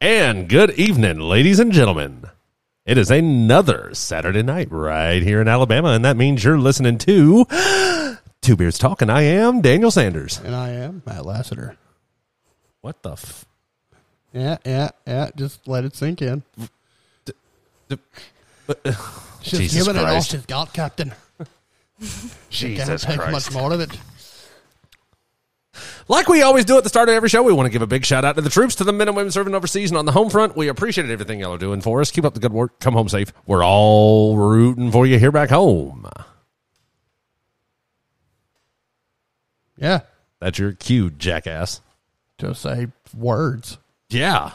And good evening, ladies and gentlemen. It is another Saturday night right here in Alabama, and that means you're listening to Two Beards Talk, and I am Daniel Sanders. And I am Matt Lassiter. What the f? Yeah, yeah, yeah. Just let it sink in. She's Jesus giving it all Christ. she's got, Captain. She can't Jesus take Christ. much more of it. Like we always do at the start of every show, we want to give a big shout out to the troops, to the men and women serving overseas and on the home front. We appreciate everything y'all are doing for us. Keep up the good work. Come home safe. We're all rooting for you here back home. Yeah. That's your cue, jackass. Just say words. Yeah.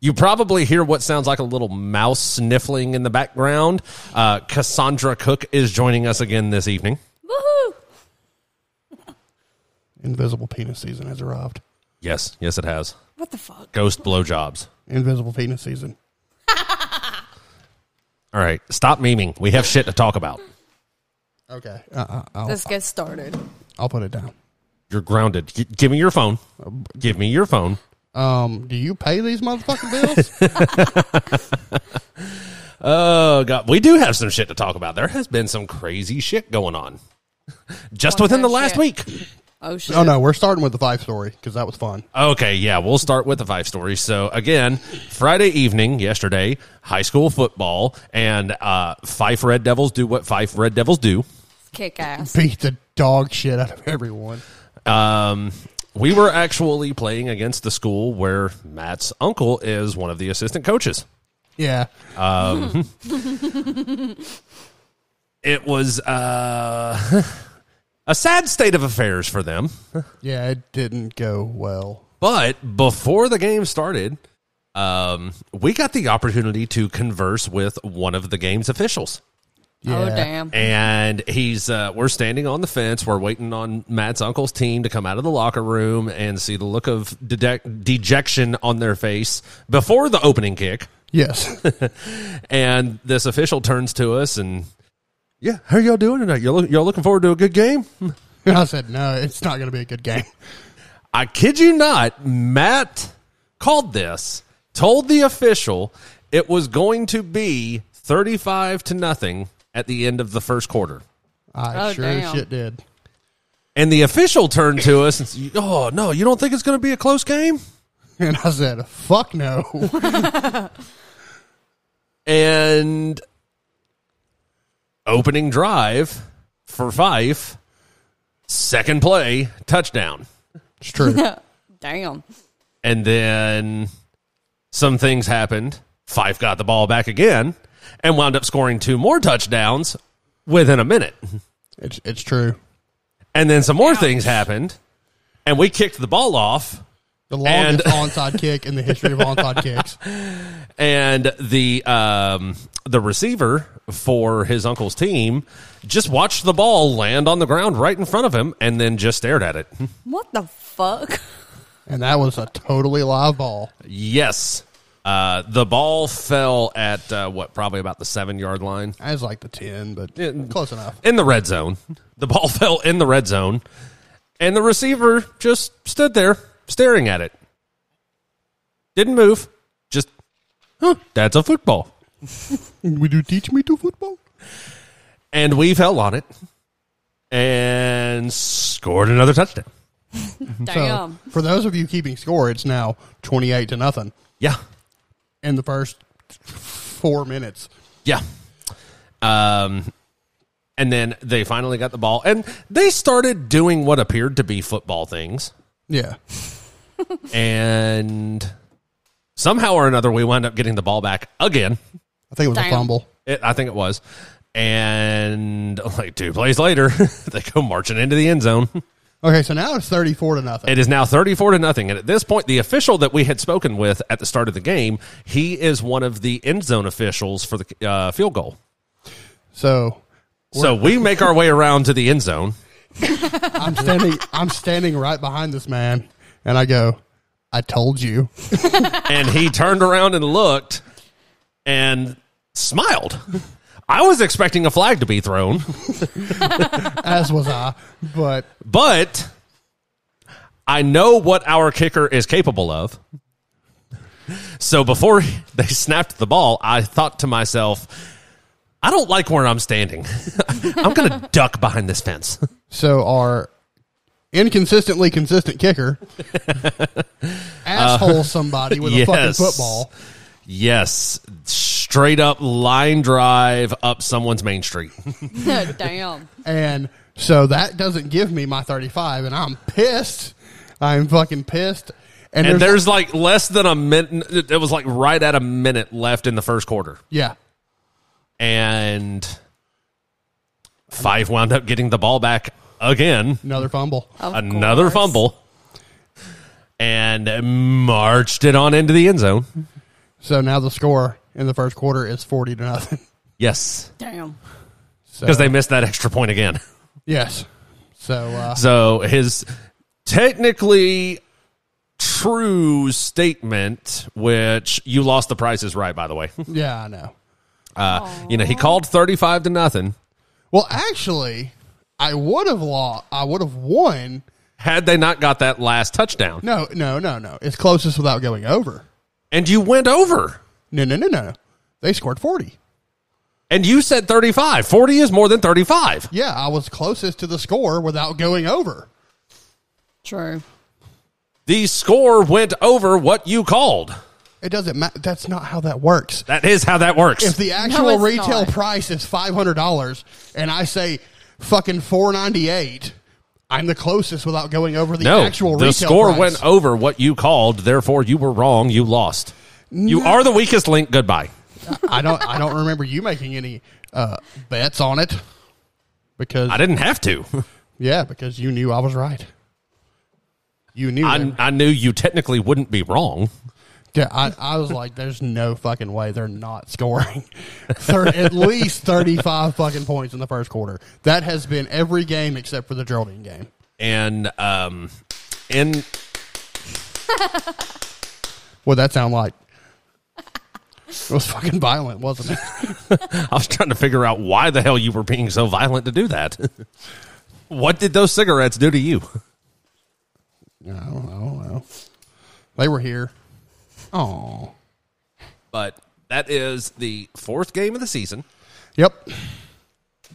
You probably hear what sounds like a little mouse sniffling in the background. Uh, Cassandra Cook is joining us again this evening. Woohoo! Invisible penis season has arrived. Yes, yes, it has. What the fuck? Ghost blowjobs. Invisible penis season. All right, stop memeing. We have shit to talk about. Okay. Uh, I'll, Let's get started. I'll put it down. You're grounded. G- give me your phone. Give me your phone. Um, do you pay these motherfucking bills? Oh god, we do have some shit to talk about. There has been some crazy shit going on just What within the kind of last shit? week. Oh shit! oh, no. We're starting with the five story because that was fun. Okay, yeah, we'll start with the five stories. So again, Friday evening, yesterday, high school football and uh, Fife Red Devils do what Fife Red Devils do. Kick ass. Beat the dog shit out of everyone. Um, we were actually playing against the school where Matt's uncle is one of the assistant coaches. Yeah. It was uh, a sad state of affairs for them. Yeah, it didn't go well. But before the game started, um, we got the opportunity to converse with one of the game's officials. Yeah. Oh damn! And he's, uh, we're standing on the fence. We're waiting on Matt's uncle's team to come out of the locker room and see the look of dede- dejection on their face before the opening kick. Yes. And this official turns to us and, yeah, how y'all doing tonight? Y'all, look, y'all looking forward to a good game? I said, no, it's not going to be a good game. I kid you not, Matt called this, told the official it was going to be 35 to nothing at the end of the first quarter. I Oh, sure as damn. shit did. And the official turned to us and said, Oh, no, you don't think it's going to be a close game? And I said, fuck no. And opening drive for Fife, second play, touchdown. It's true. Damn! And then some things happened. Fife got the ball back again and wound up scoring two more touchdowns within a minute. It's it's true. And then some more things happened. And we kicked the ball off. The longest And- onside kick in the history of onside kicks. And the um, the receiver for his uncle's team just watched the ball land on the ground right in front of him and then just stared at it. What the fuck? And that was a totally live ball. Yes. Uh, the ball fell at uh, what, probably about the seven yard line. I was like the 10, but close enough. in the red zone. The ball fell in the red zone, and the receiver just stood there staring at it. Didn't move. Just, huh, that's a football. Would you teach me to football? And we fell on it and scored another touchdown. Damn! So, for those of you keeping score, it's now 28 to nothing Yeah. in the first four minutes. Yeah. Um, and then they finally got the ball, and they started doing what appeared to be football things. Yeah. And somehow or another, we wound up getting the ball back again. I think it was a Damn. fumble. It, I think it was. And like two plays later, they go marching into the end zone. Okay, so now it's 34 to nothing. It is now 34 to nothing. And at this point, the official that we had spoken with at the start of the game, he is one of the end zone officials for the uh, field goal. So So we make our way around to the end zone. I'm standing I'm standing right behind this man and I go, I told you. And he turned around and looked and smiled. I was expecting a flag to be thrown, As was I. But but I know what our kicker is capable of. So before they snapped the ball, I thought to myself, I don't like where I'm standing. I'm going to duck behind this fence. So our inconsistently consistent kicker asshole somebody with a fucking Uh, yes. football. Yes, straight up line drive up someone's main street. Damn. And so that doesn't give me my 35, and I'm pissed. I'm fucking pissed. And, And there's, there's like less than a minute. It was like right at a minute left in the first quarter. yeah, And five wound up getting the ball back again. another fumble. Of another course. fumble. And marched it on into the end zone. So now the score in the first quarter is 40 to nothing. Yes. Damn. So, Because they missed that extra point again. yes. So uh, So his technically true statement, which you lost the prices right, by the way. yeah, I know. Uh, you know, he called thirty-five to nothing. Well, actually, I would have lost. I would have won. Had they not got that last touchdown, No, no, no, no. It's closest without going over. and you went over, No, no, no, no. no. They scored 40. and you said 35. 40 is more than 35. Yeah, I was closest to the score without going over. True. The score went over what you called. It doesn't matter. That's not how that works. That is how that works. If the actual it's retail not. price is five hundred dollars, and I say fucking four ninety eight, I'm the closest without going over the no, actual the retail score price. went over what you called. Therefore, you were wrong. You lost. You are the weakest link. Goodbye. I don't. I don't remember you making any uh, bets on it because I didn't have to. yeah, because you knew I was right. You knew. I, that. I knew you technically wouldn't be wrong. Yeah, I, I was like, there's no fucking way they're not scoring Thir- at least 35 fucking points in the first quarter. That has been every game except for the Geraldine game. And um, in What'd that sound like? It was fucking violent, wasn't it? I was trying to figure out why the hell you were being so violent to do that. what did those cigarettes do to you? I don't, know, I don't know. They were here. Oh. But that is the fourth game of the season. Yep.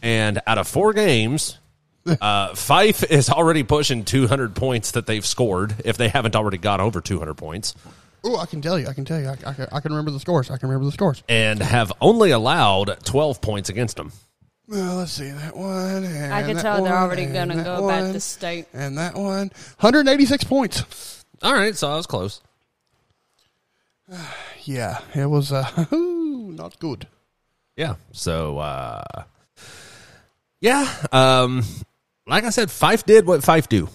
And out of four games, uh, Fife is already pushing 200 points that they've scored if they haven't already got over 200 points Oh, I can tell you. I can tell you. I, I, can- I can remember the scores. I can remember the scores. and have only allowed 12 points against them. Well, let's see. That one. And I can that tell they're one, already and going to that go back one, to state. And that one. 186 points. All right, so I was close. Yeah, it was uh, not good. Yeah. So, uh, yeah. Um, like I said, Fife did what Fife do.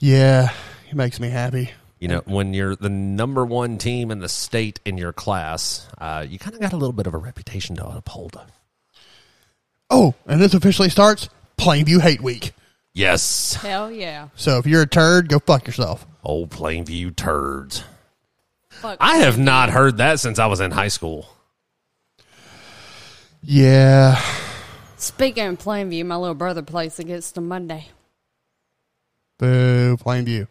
Yeah, it makes me happy. You know, when you're the number one team in the state in your class, uh, you kind of got a little bit of a reputation to uphold. Oh, and this officially starts Plainview Hate Week. Yes. Hell yeah. So if you're a turd, go fuck yourself. Old Plainview turds. Fuck. I have not heard that since I was in high school. Yeah, Speaking of Plainview, my little brother plays against them Monday. boo, Plainview.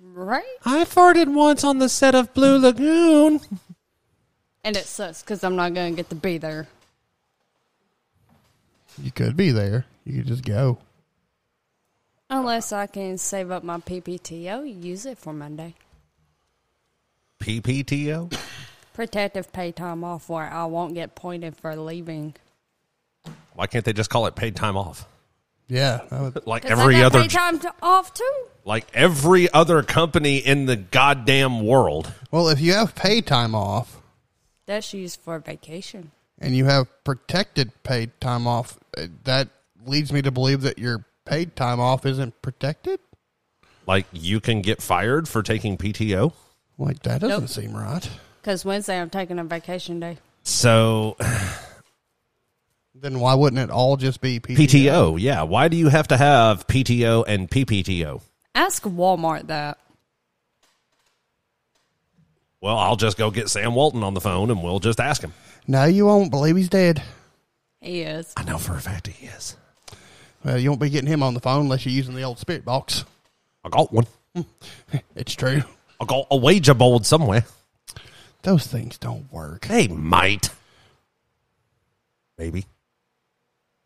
Right? I farted once on the set of Blue Lagoon. And it sucks because I'm not going to get to be there. You could be there. You could just go. Unless I can save up my PPTO, use it for Monday. PPTO? Protective pay time off where I won't get pointed for leaving. Why can't they just call it paid time off? Yeah, that would- Like 'Cause I every got other pay time to- off too. like every other company in the goddamn world. well, if you have paid time off That's used for vacation. and you have protected paid time off, uh, that leads me to believe that your paid time off isn't protected. Like you can get fired for taking PTO. Like that doesn't Nope. seem right. Because Wednesday I'm taking a vacation day. So Then why wouldn't it all just be PTO? PTO, yeah. Why do you have to have PTO and PPTO? Ask Walmart that. Well, I'll just go get Sam Walton on the phone and we'll just ask him. No, you won't believe he's dead. He is. I know for a fact he is. Well, you won't be getting him on the phone unless you're using the old spirit box. I got one. It's true. I got a wager board somewhere. Those things don't work. They might. Maybe.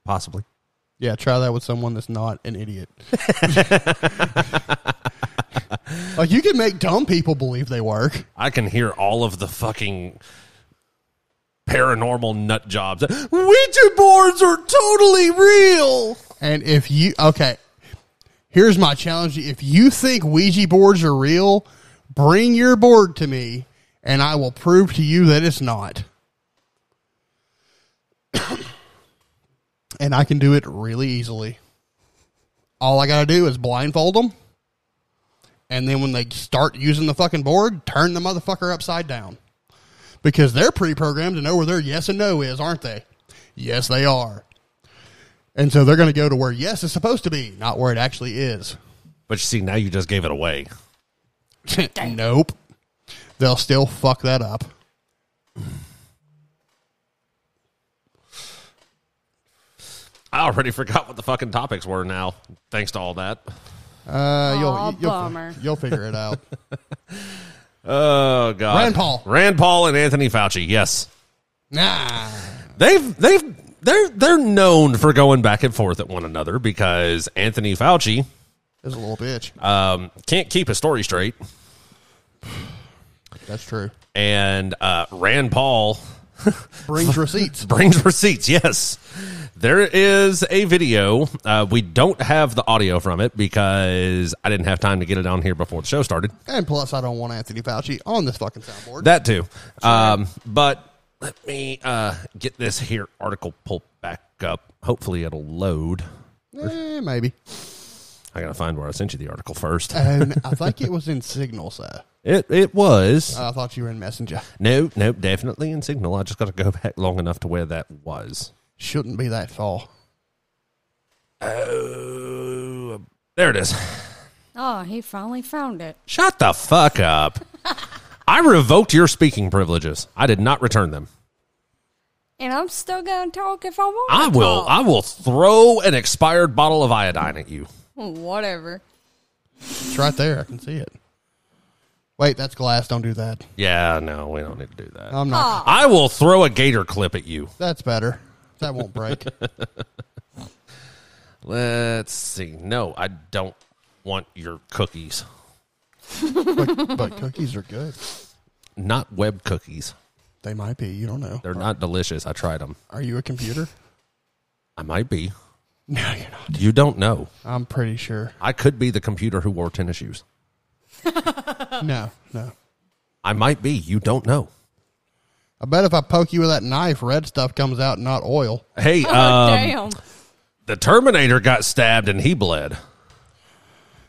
Possibly. Yeah, try that with someone that's not an idiot. like you can make dumb people believe they work. I can hear all of the fucking paranormal nut jobs. Ouija boards are totally real. And if you okay, here's my challenge: to you. if you think Ouija boards are real, bring your board to me, and I will prove to you that it's not. and I can do it really easily. All I gotta do is blindfold them, and then when they start using the fucking board, turn the motherfucker upside down. Because they're pre-programmed to know where their yes and no is, aren't they? Yes, they are. And so they're going to go to where yes is supposed to be, not where it actually is. But you see, now you just gave it away. nope. They'll still fuck that up. I already forgot what the fucking topics were now, thanks to all that. Uh, you'll, Aw, you'll- you'll, bummer. You'll figure it out. Oh god. Rand Paul. Rand Paul and Anthony Fauci, yes. nah. They've they've they're they're known for going back and forth at one another because Anthony Fauci It's a little bitch. um, can't keep his story straight, That's true. and uh, Rand Paul Brings receipts. brings receipts. Yes, there is a video. Uh, we don't have the audio from it because I didn't have time to get it on here before the show started. And plus, I don't want Anthony Fauci on this fucking soundboard. That too. Um, but let me uh, get this here article pulled back up. Hopefully, it'll load. Eh, maybe. I gotta find where I sent you the article first. And I think it was in Signal, sir. It it was I thought you were in Messenger. no no definitely in Signal. I just gotta go back long enough to where that was. Shouldn't be that far. Oh, there it is. Oh, he finally found it. Shut the fuck up. I revoked your speaking privileges. I did not return them. And I'm still going to talk if I want I to will I will throw an expired bottle of iodine at you. Whatever. It's right there. I can see it. Wait, that's glass. Don't do that. Yeah, no, we don't need to do that. I'm not. I will throw a gator clip at you. That's better. That won't break. Let's see. No, I don't want your cookies. but, but cookies are good. Not web cookies. They might be. You don't know. They're not delicious. I tried them. Are you a computer? I might be. No, you're not. You don't know. I'm pretty sure. I could be the computer who wore tennis shoes. No, no. I might be. You don't know. I bet if I poke you with that knife, red stuff comes out, not oil. Hey, Oh, um, damn. the Terminator got stabbed and he bled.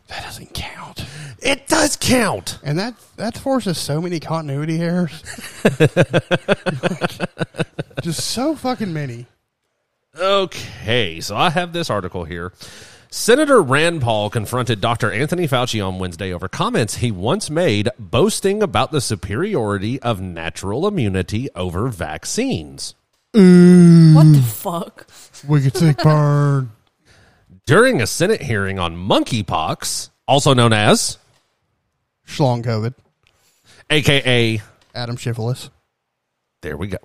That doesn't count. It does count. And that that forces so many continuity errors. Just so fucking many. Okay, so I have this article here. Senator Rand Paul confronted Dr. Anthony Fauci on Wednesday over comments he once made boasting about the superiority of natural immunity over vaccines. What the fuck? We could sick burn. During a Senate hearing on monkeypox, also known as Schlong COVID. AKA, Adam Schiffless. there we go.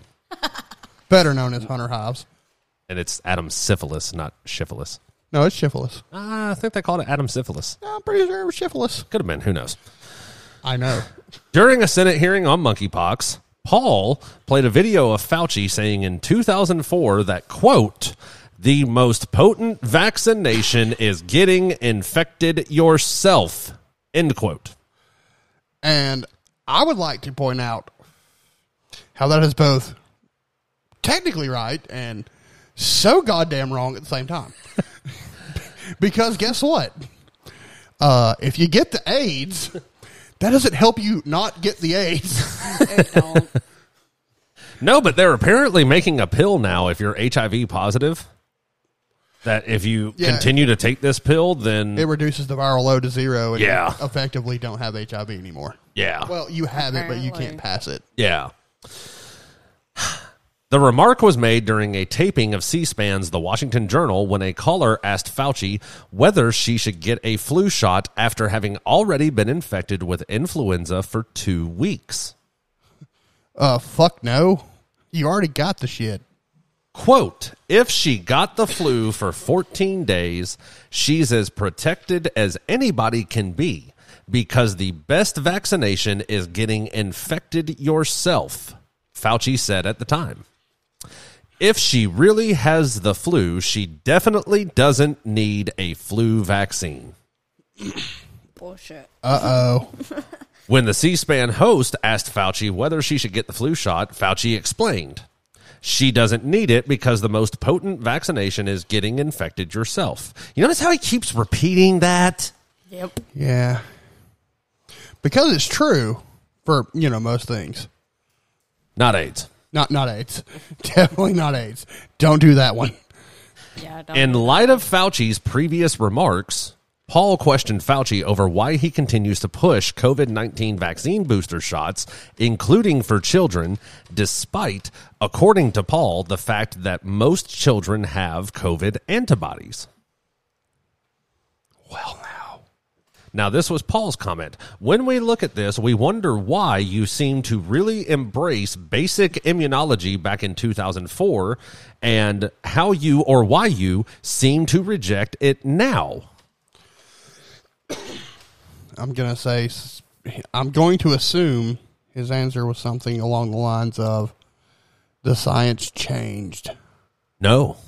Better known as Hunter Hives. And it's Adam syphilis, not syphilis. No, it's Schiffless. Ah, I think they called it Adam syphilis. No, I'm pretty sure it was Schiffless. Could have been, who knows? I know. During a Senate hearing on monkeypox, Paul played a video of Fauci saying in 2004 that, quote, the most potent vaccination is getting infected yourself, end quote. And I would like to point out how that is both technically right and so goddamn wrong at the same time. because guess what? Uh, if you get the AIDS, that doesn't help you not get the AIDS. It don't. No, but they're apparently making a pill now if you're HIV positive. That if you Yeah. continue to take this pill, then It reduces the viral load to zero and you Yeah. effectively don't have HIV anymore. yeah. Well, you have it, but you can't Apparently. pass it. Yeah. The remark was made during a taping of C SPAN's The Washington Journal when a caller asked Fauci whether she should get a flu shot after having already been infected with influenza for two weeks. Uh, fuck no. You already got the shit. Quote If she got the flu for 14 days, she's as protected as anybody can be because the best vaccination is getting infected yourself, Fauci said at the time. If she really has the flu, she definitely doesn't need a flu vaccine. Bullshit. Uh oh. When the C SPAN host asked Fauci whether she should get the flu shot, Fauci explained she doesn't need it because the most potent vaccination is getting infected yourself. You notice how he keeps repeating that? Yep. yeah. Because it's true for, you know, most things. Not AIDS. Not not AIDS. Definitely not AIDS. Don't do that one. Yeah, I don't. In light of Fauci's previous remarks, Paul questioned Fauci over why he continues to push COVID 19 vaccine booster shots, including for children, despite, according to Paul, the fact that most children have COVID antibodies. Well, now. Now, this was Paul's comment. When we look at this, we wonder why you seem to really embrace basic immunology back in 2004 and how you or why you seem to reject it now. I'm going to say, s- I'm going to assume his answer was something along the lines of the science changed. No.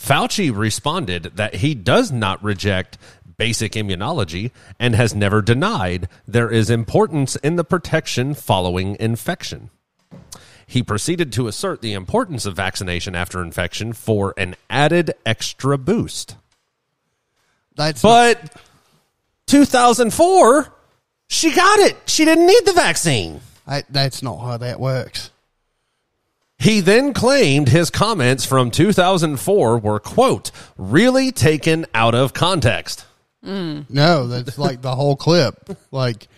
Fauci responded that he does not reject basic immunology and has never denied there is importance in the protection following infection. He proceeded to assert the importance of vaccination after infection for an added extra boost. That's But 2004, she got it. She didn't need the vaccine. I, that's not how that works. He then claimed his comments from 2004 were, quote, really taken out of context. No, that's like the whole clip. Like,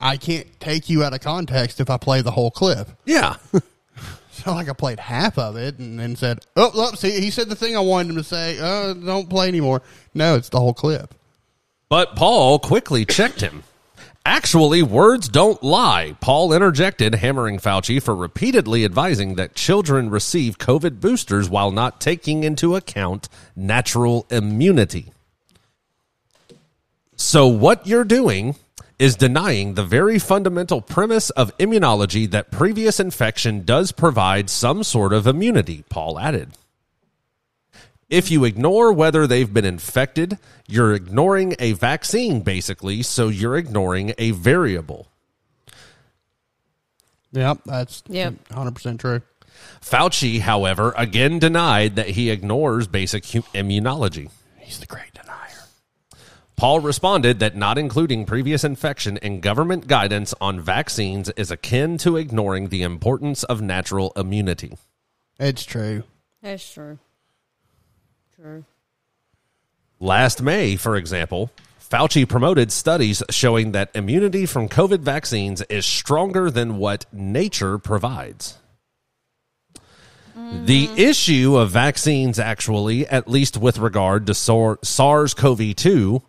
I can't take you out of context if I play the whole clip. Yeah. It's not like I played half of it and then said, "Oh, look, see, he said the thing I wanted him to say. Uh, don't play anymore." No, it's the whole clip. but Paul quickly checked him. Actually, words don't lie, Paul interjected, hammering Fauci for repeatedly advising that children receive COVID boosters while not taking into account natural immunity. So, what you're doing is denying the very fundamental premise of immunology that previous infection does provide some sort of immunity, Paul added. If you ignore whether they've been infected, you're ignoring a vaccine, basically, so you're ignoring a variable. Yep, that's Yep. hundred percent true. Fauci, however, again denied that he ignores basic hu- immunology. He's the great denier. Paul responded that not including previous infection in government guidance on vaccines is akin to ignoring the importance of natural immunity. It's true. That's true. True. Last May, for example, Fauci promoted studies showing that immunity from COVID vaccines is stronger than what nature provides. The issue of vaccines, actually, at least with regard to SARS CoV 2,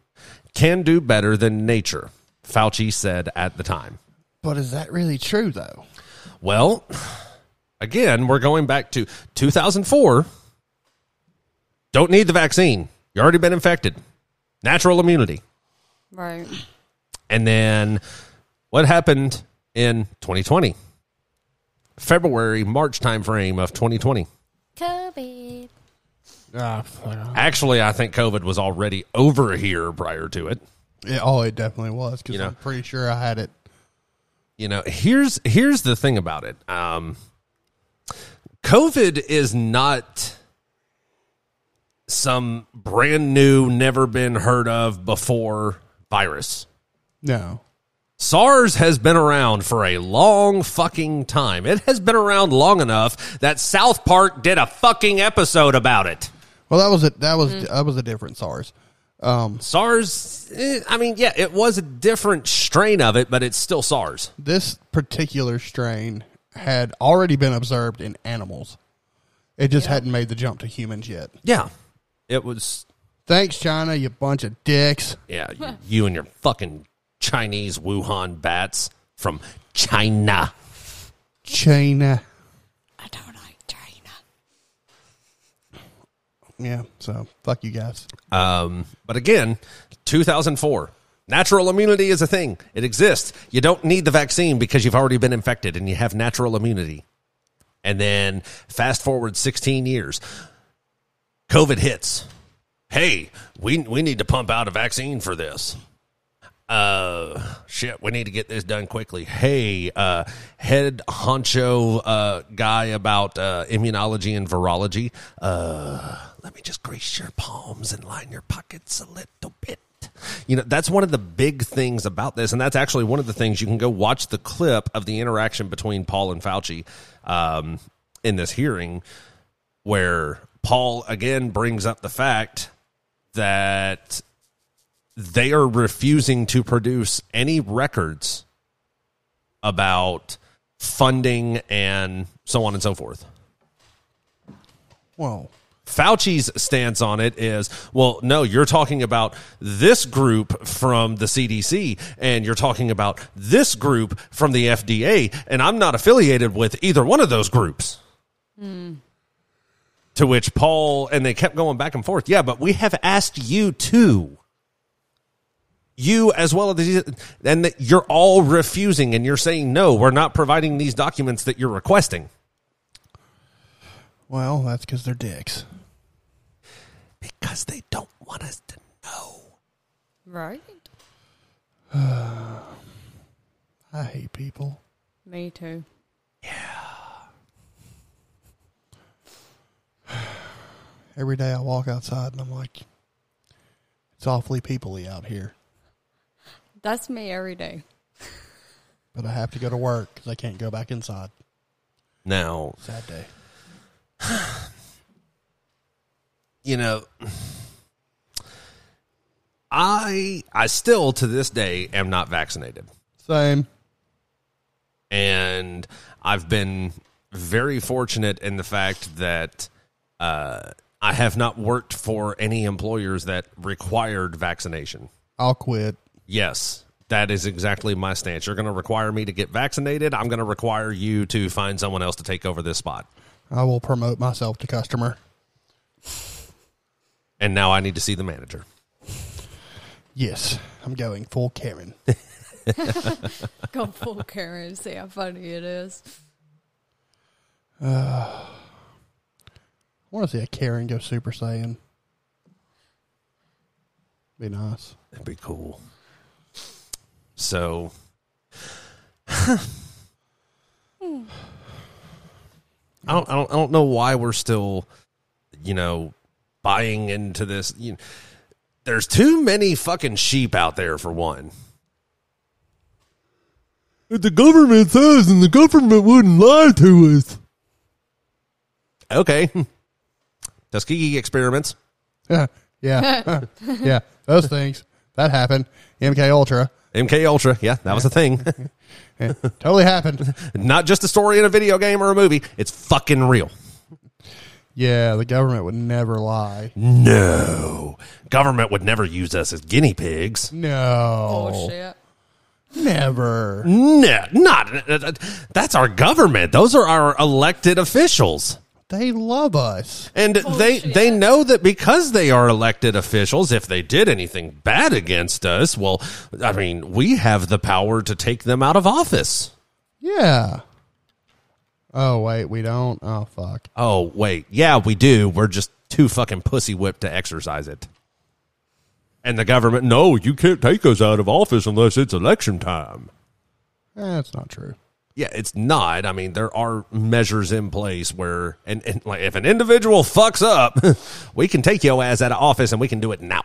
can do better than nature, Fauci said at the time. But is that really true though? Well, again, we're going back to 2004. Don't need the vaccine. You already been infected. Natural immunity. Right. And then what happened in 2020? February, March timeframe of 2020. COVID. Ah, fuck. Actually, I think COVID was already over here prior to it. Yeah, oh, it definitely was because You know. I'm pretty sure I had it. you know here's here's the thing about it um covid is not some brand new never been heard of before virus No, SARS has been around for a long fucking time. It has been around long enough that South Park did a fucking episode about it. well, that was it. That was that was a different SARS. SARS, eh, I mean, yeah, it was a different strain of it, but it's still SARS. This particular strain had already been observed in animals. It just hadn't made the jump to humans yet. Yeah. It was, Thanks, China, you bunch of dicks. yeah, you, you and your fucking Chinese Wuhan bats from China. China. I don't like China. Yeah, so fuck you guys. Um, but again, 2004. Natural immunity is a thing. It exists. You don't need the vaccine because you've already been infected and you have natural immunity. And then fast forward 16 years. COVID hits. Hey, we we need to pump out a vaccine for this. Uh shit, we need to get this done quickly. Hey, uh head honcho uh guy about uh immunology and virology. Uh let me just grease your palms and line your pockets a little bit. You know, that's one of the big things about this, and that's actually one of the things you can go watch the clip of the interaction between Paul and Fauci um, in this hearing where Paul again brings up the fact that they are refusing to produce any records about funding and so on and so forth. Whoa. Fauci's stance on it is well, no, you're talking about this group from the CDC, and you're talking about this group from the FDA, and I'm not affiliated with either one of those groups. Hmm. To which Paul, and they kept going back and forth. Yeah, but we have asked you to. You as well as the, and that you're all refusing, and you're saying no. We're not providing these documents that you're requesting. Well, that's because they're dicks. because they don't want us to know. Right? I hate people. Me too. Every day I walk outside and I'm like, it's awfully peoply out here. That's me every day. But I have to go to work because I can't go back inside. Now, Sad day. you know, I I still to this day am not vaccinated. Same. and I've been very fortunate in the fact that uh, I have not worked for any employers that required vaccination. I'll quit. Yes, that is exactly my stance. You're going to require me to get vaccinated. I'm going to require you to find someone else to take over this spot. I will promote myself to customer. And now I need to see the manager. Yes, I'm going full Karen. Go full Karen. See how funny it is. I want to see a Karen go Super Saiyan. Be nice. That'd be cool. So, I don't, I don't, I don't know why we're still, you know, buying into this. You there's too many fucking sheep out there for one. The government says, and the government wouldn't lie to us. Okay, Tuskegee experiments. yeah, yeah, yeah. Those things that happened. MK Ultra MK Ultra, yeah, that was a thing. Yeah, totally happened. Not just a story in a video game or a movie. It's fucking real. Yeah, the government would never lie. No. Government would never use us as guinea pigs. No, Bullshit. never. No, not that's our government. Those are our elected officials. They love us. And they Bullshit. they know that because they are elected officials, if they did anything bad against us, well, I mean, we have the power to take them out of office. Yeah. Oh wait, we don't. Oh fuck. Oh, wait. Yeah, we do. We're just too fucking pussy whipped to exercise it. And the government, no, you can't take us out of office unless it's election time. That's not true. Yeah, it's not. I mean, there are measures in place where, and, and like, if an individual fucks up, we can take your ass out of office and we can do it now.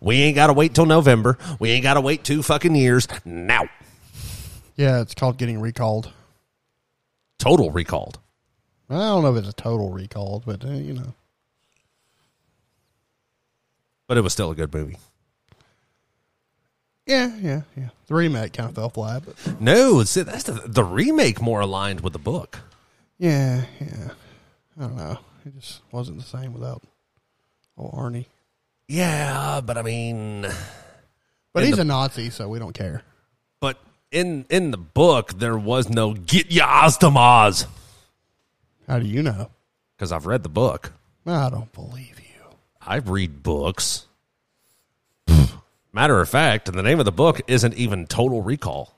We ain't got to wait till November. We ain't got to wait two fucking years now. Yeah, it's called getting recalled. Total recalled. I don't know if it's a total recalled, but uh, you know, But it was still a good movie. Yeah, yeah, yeah. The remake kind of fell flat, but No, see, that's the, the remake more aligned with the book. yeah, yeah. I don't know. It just wasn't the same without old Arnie. Yeah, but I mean, But And he's the- a Nazi, so we don't care. but in in the book there was no get ya Ozdamaz How do you know? because I've read the book. I don't believe you. I read books. Matter of fact, the name of the book isn't even Total Recall.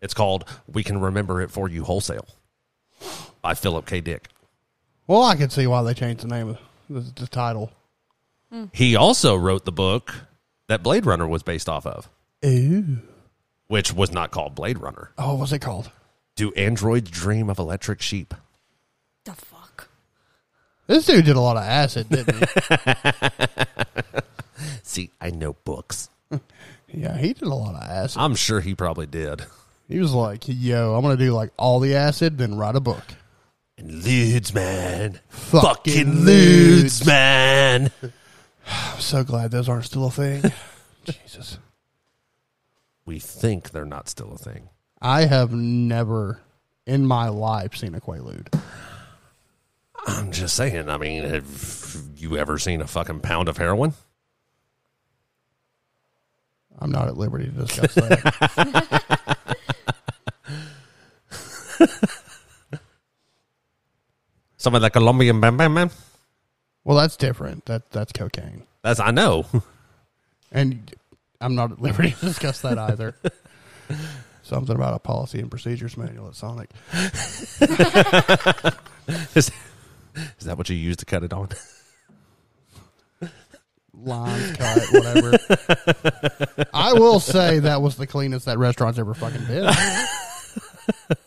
It's called We Can Remember It For You Wholesale by Philip K. Dick. Well, I can see why they changed the name of the, the title. He also wrote the book that Blade Runner was based off of, Ooh. which was not called Blade Runner. Oh, what's it called? Do androids dream of electric sheep? The fuck? This dude did a lot of acid, didn't See, I know books. he? yeah, he did a lot of acid. I'm sure he probably did. He was like, "Yo, I'm gonna do like all the acid, then write a book." And Ludes, man. Fucking Fucking lewds. Ludes, man. I'm so glad those aren't still a thing. Jesus, We think they're not still a thing. I have never in my life seen a quaalude. I'm just saying. I mean, have you ever seen a fucking pound of heroin? I'm not at liberty to discuss that. Something like Colombian bam bam bam. well, that's different. That that's cocaine, That's I know. and I'm not at liberty to discuss that either. Something about a policy and procedures manual at Sonic. is, is that what you use to cut it on? line cut, whatever. I will say that was the cleanest that restaurant's ever fucking been.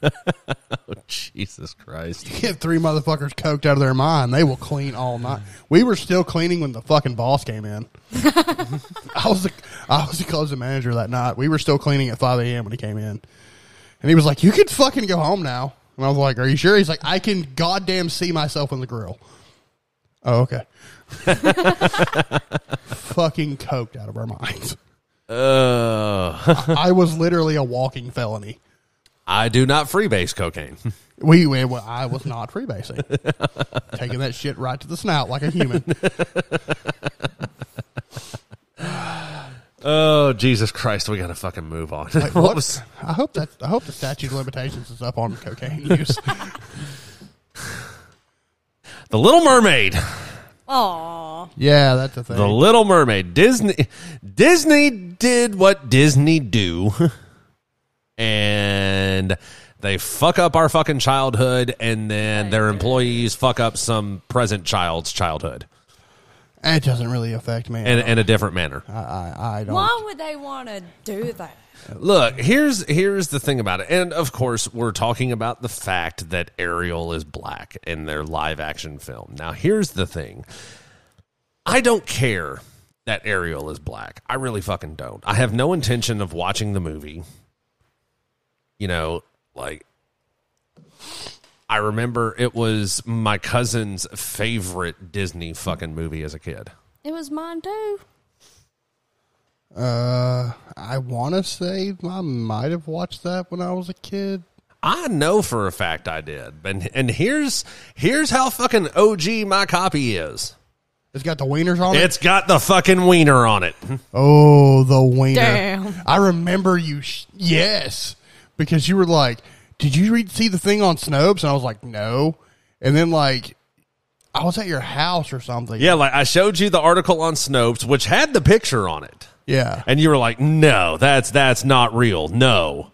Oh, Jesus Christ! Get three motherfuckers coked out of their mind. They will clean all night. We were still cleaning when the fucking boss came in. I was the I was the closing manager that night. We were still cleaning at five a.m. when he came in, and he was like, "You can fucking go home now." And I was like, "Are you sure?" He's like, "I can goddamn see myself in the grill." Oh, okay. fucking coked out of our minds. Uh, I was literally a walking felony. I do not freebase cocaine. We, we well, I was not freebasing, taking that shit right to the snout like a human. Oh Jesus Christ! We gotta fucking move on. Like, what what? was? I hope that I hope the statute of limitations is up on cocaine use. The Little Mermaid. Aw. yeah, that's the thing. The Little Mermaid. Disney Disney did what Disney do. And they fuck up our fucking childhood and then their employees fuck up some present child's childhood it doesn't really affect me. in, in a different manner. I, I, I don't. Why would they want to do that? Look, here's here's the thing about it. And of course, we're talking about the fact that Ariel is black in their live action film. Now, here's the thing. I don't care that Ariel is black. I really fucking don't. I have no intention of watching the movie. You know, like I remember it was my cousin's favorite Disney fucking movie as a kid. It was mine too. Uh, I want to say I might have watched that when I was a kid. I know for a fact I did. And and here's here's how fucking OG my copy is. It's got the wieners on it. It's got the fucking wiener on it. Oh, the wiener. Damn. I remember you. Sh- yes. Because you were like, did you read, see the thing on Snopes? And I was like, no. And then, like, I was at your house or something. Yeah, like I showed you the article on Snopes which had the picture on it. Yeah. And you were like, "No, that's that's not real. No."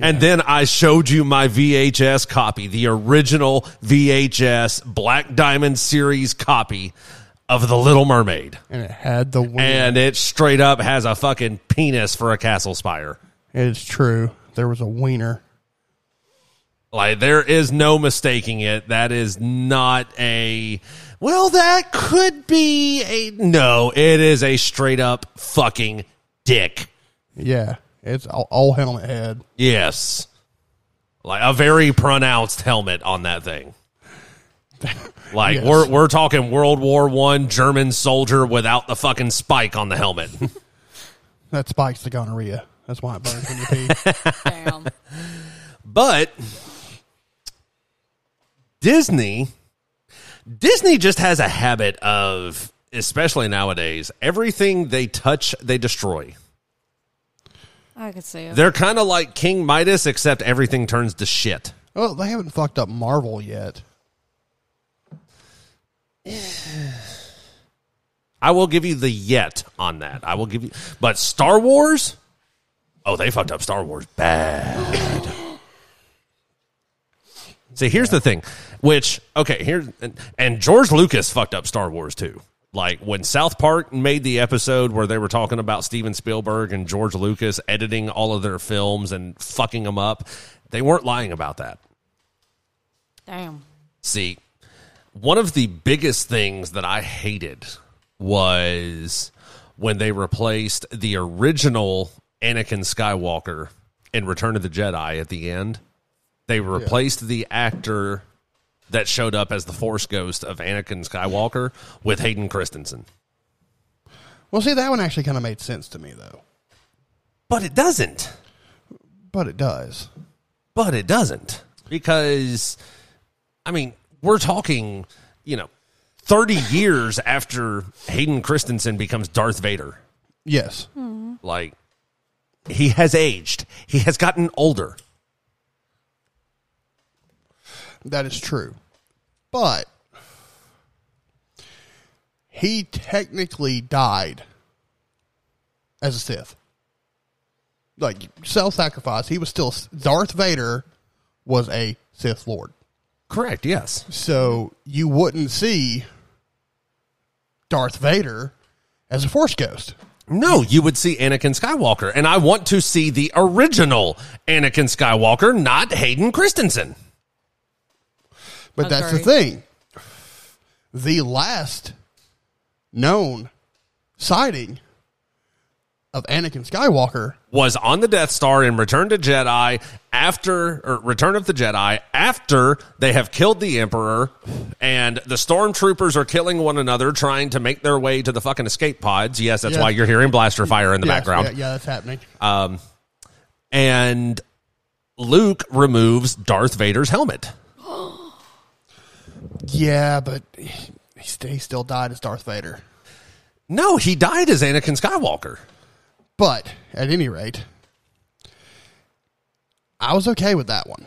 And then I showed you my VHS copy, the original VHS Black Diamond series copy of The Little Mermaid. And it had the wiener. And it straight up has a fucking penis for a castle spire. it's true. There was a wiener. Like there is no mistaking it. That is not a well, that could be a no, it is a straight up fucking dick. Yeah. It's all, all helmet head. Yes. Like a very pronounced helmet on that thing. Like Yes. we're we're talking World War One German soldier without the fucking spike on the helmet. That spikes the gonorrhea. That's why it burns when you pee. Damn. But Disney Disney just has a habit of especially nowadays, everything they touch they destroy. I could see it. They're kind of like King Midas except everything turns to shit. well, they haven't fucked up Marvel yet. I will give you the yet on that. I will give you but Star Wars? Oh, they fucked up Star Wars bad. See, here's the thing, which okay, here and, and George Lucas fucked up Star Wars too. Like when South Park made the episode where they were talking about Steven Spielberg and George Lucas editing all of their films and fucking them up, they weren't lying about that. Damn. See, one of the biggest things that I hated was when they replaced the original Anakin Skywalker in Return of the Jedi at the end. They replaced the actor that showed up as the Force ghost of Anakin Skywalker with Hayden Christensen. Well, see, that one actually kind of made sense to me, though. But it doesn't. But it does. but it doesn't because i mean we're talking you know 30 years after hayden christensen becomes darth vader Yes. like he has aged he has gotten older That is true. But he technically died as a Sith. Like self sacrifice. He was still Darth Vader was a Sith Lord. correct yes So you wouldn't see Darth Vader as a Force ghost. no you would see anakin skywalker and i want to see the original anakin skywalker not hayden christensen But that's the thing. The last known sighting of Anakin Skywalker was on the Death Star in Return to Jedi after or Return of the Jedi after they have killed the Emperor and the stormtroopers are killing one another trying to make their way to the fucking escape pods. Yes, that's Yeah. why you're hearing blaster fire in the Yes, background. Yeah, yeah, that's happening. And Luke removes Darth Vader's helmet. yeah, but he, he st- he still died as Darth Vader. No, he died as Anakin Skywalker. But at any rate, I was okay with that one.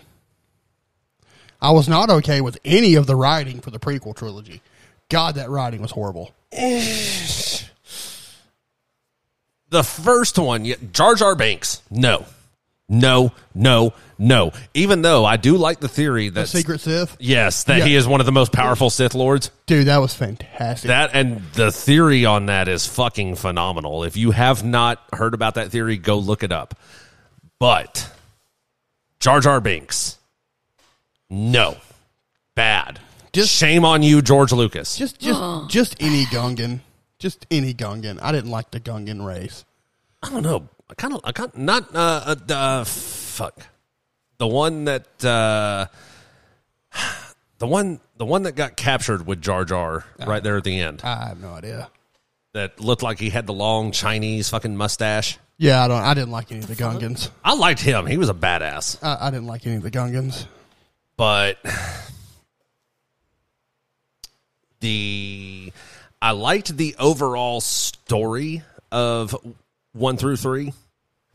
I was not okay with any of the writing for the prequel trilogy. God, that writing was horrible. The first one, y- Jar Jar Banks. No. No, no, no. Even though I do like the theory that Secret Sith, Yes, that Yeah. he is one of the most powerful Sith lords. dude, that was fantastic. That and the theory on that is fucking phenomenal. If you have not heard about that theory, go look it up. But Jar Jar Binks, no, bad. Just Just- shame on you, George Lucas. just, just, just any Gungan, just any Gungan. I didn't like the Gungan race. I don't know. I kind of, I kind not uh, uh, uh, fuck the one that uh, the one the one that got captured with Jar Jar right there at the end. I have no idea. that looked like he had the long Chinese fucking mustache. Yeah, I don't. I didn't like any of the Gungans. I liked him. He was a badass. I, I didn't like any of the Gungans. But the I liked the overall story of 1 through 3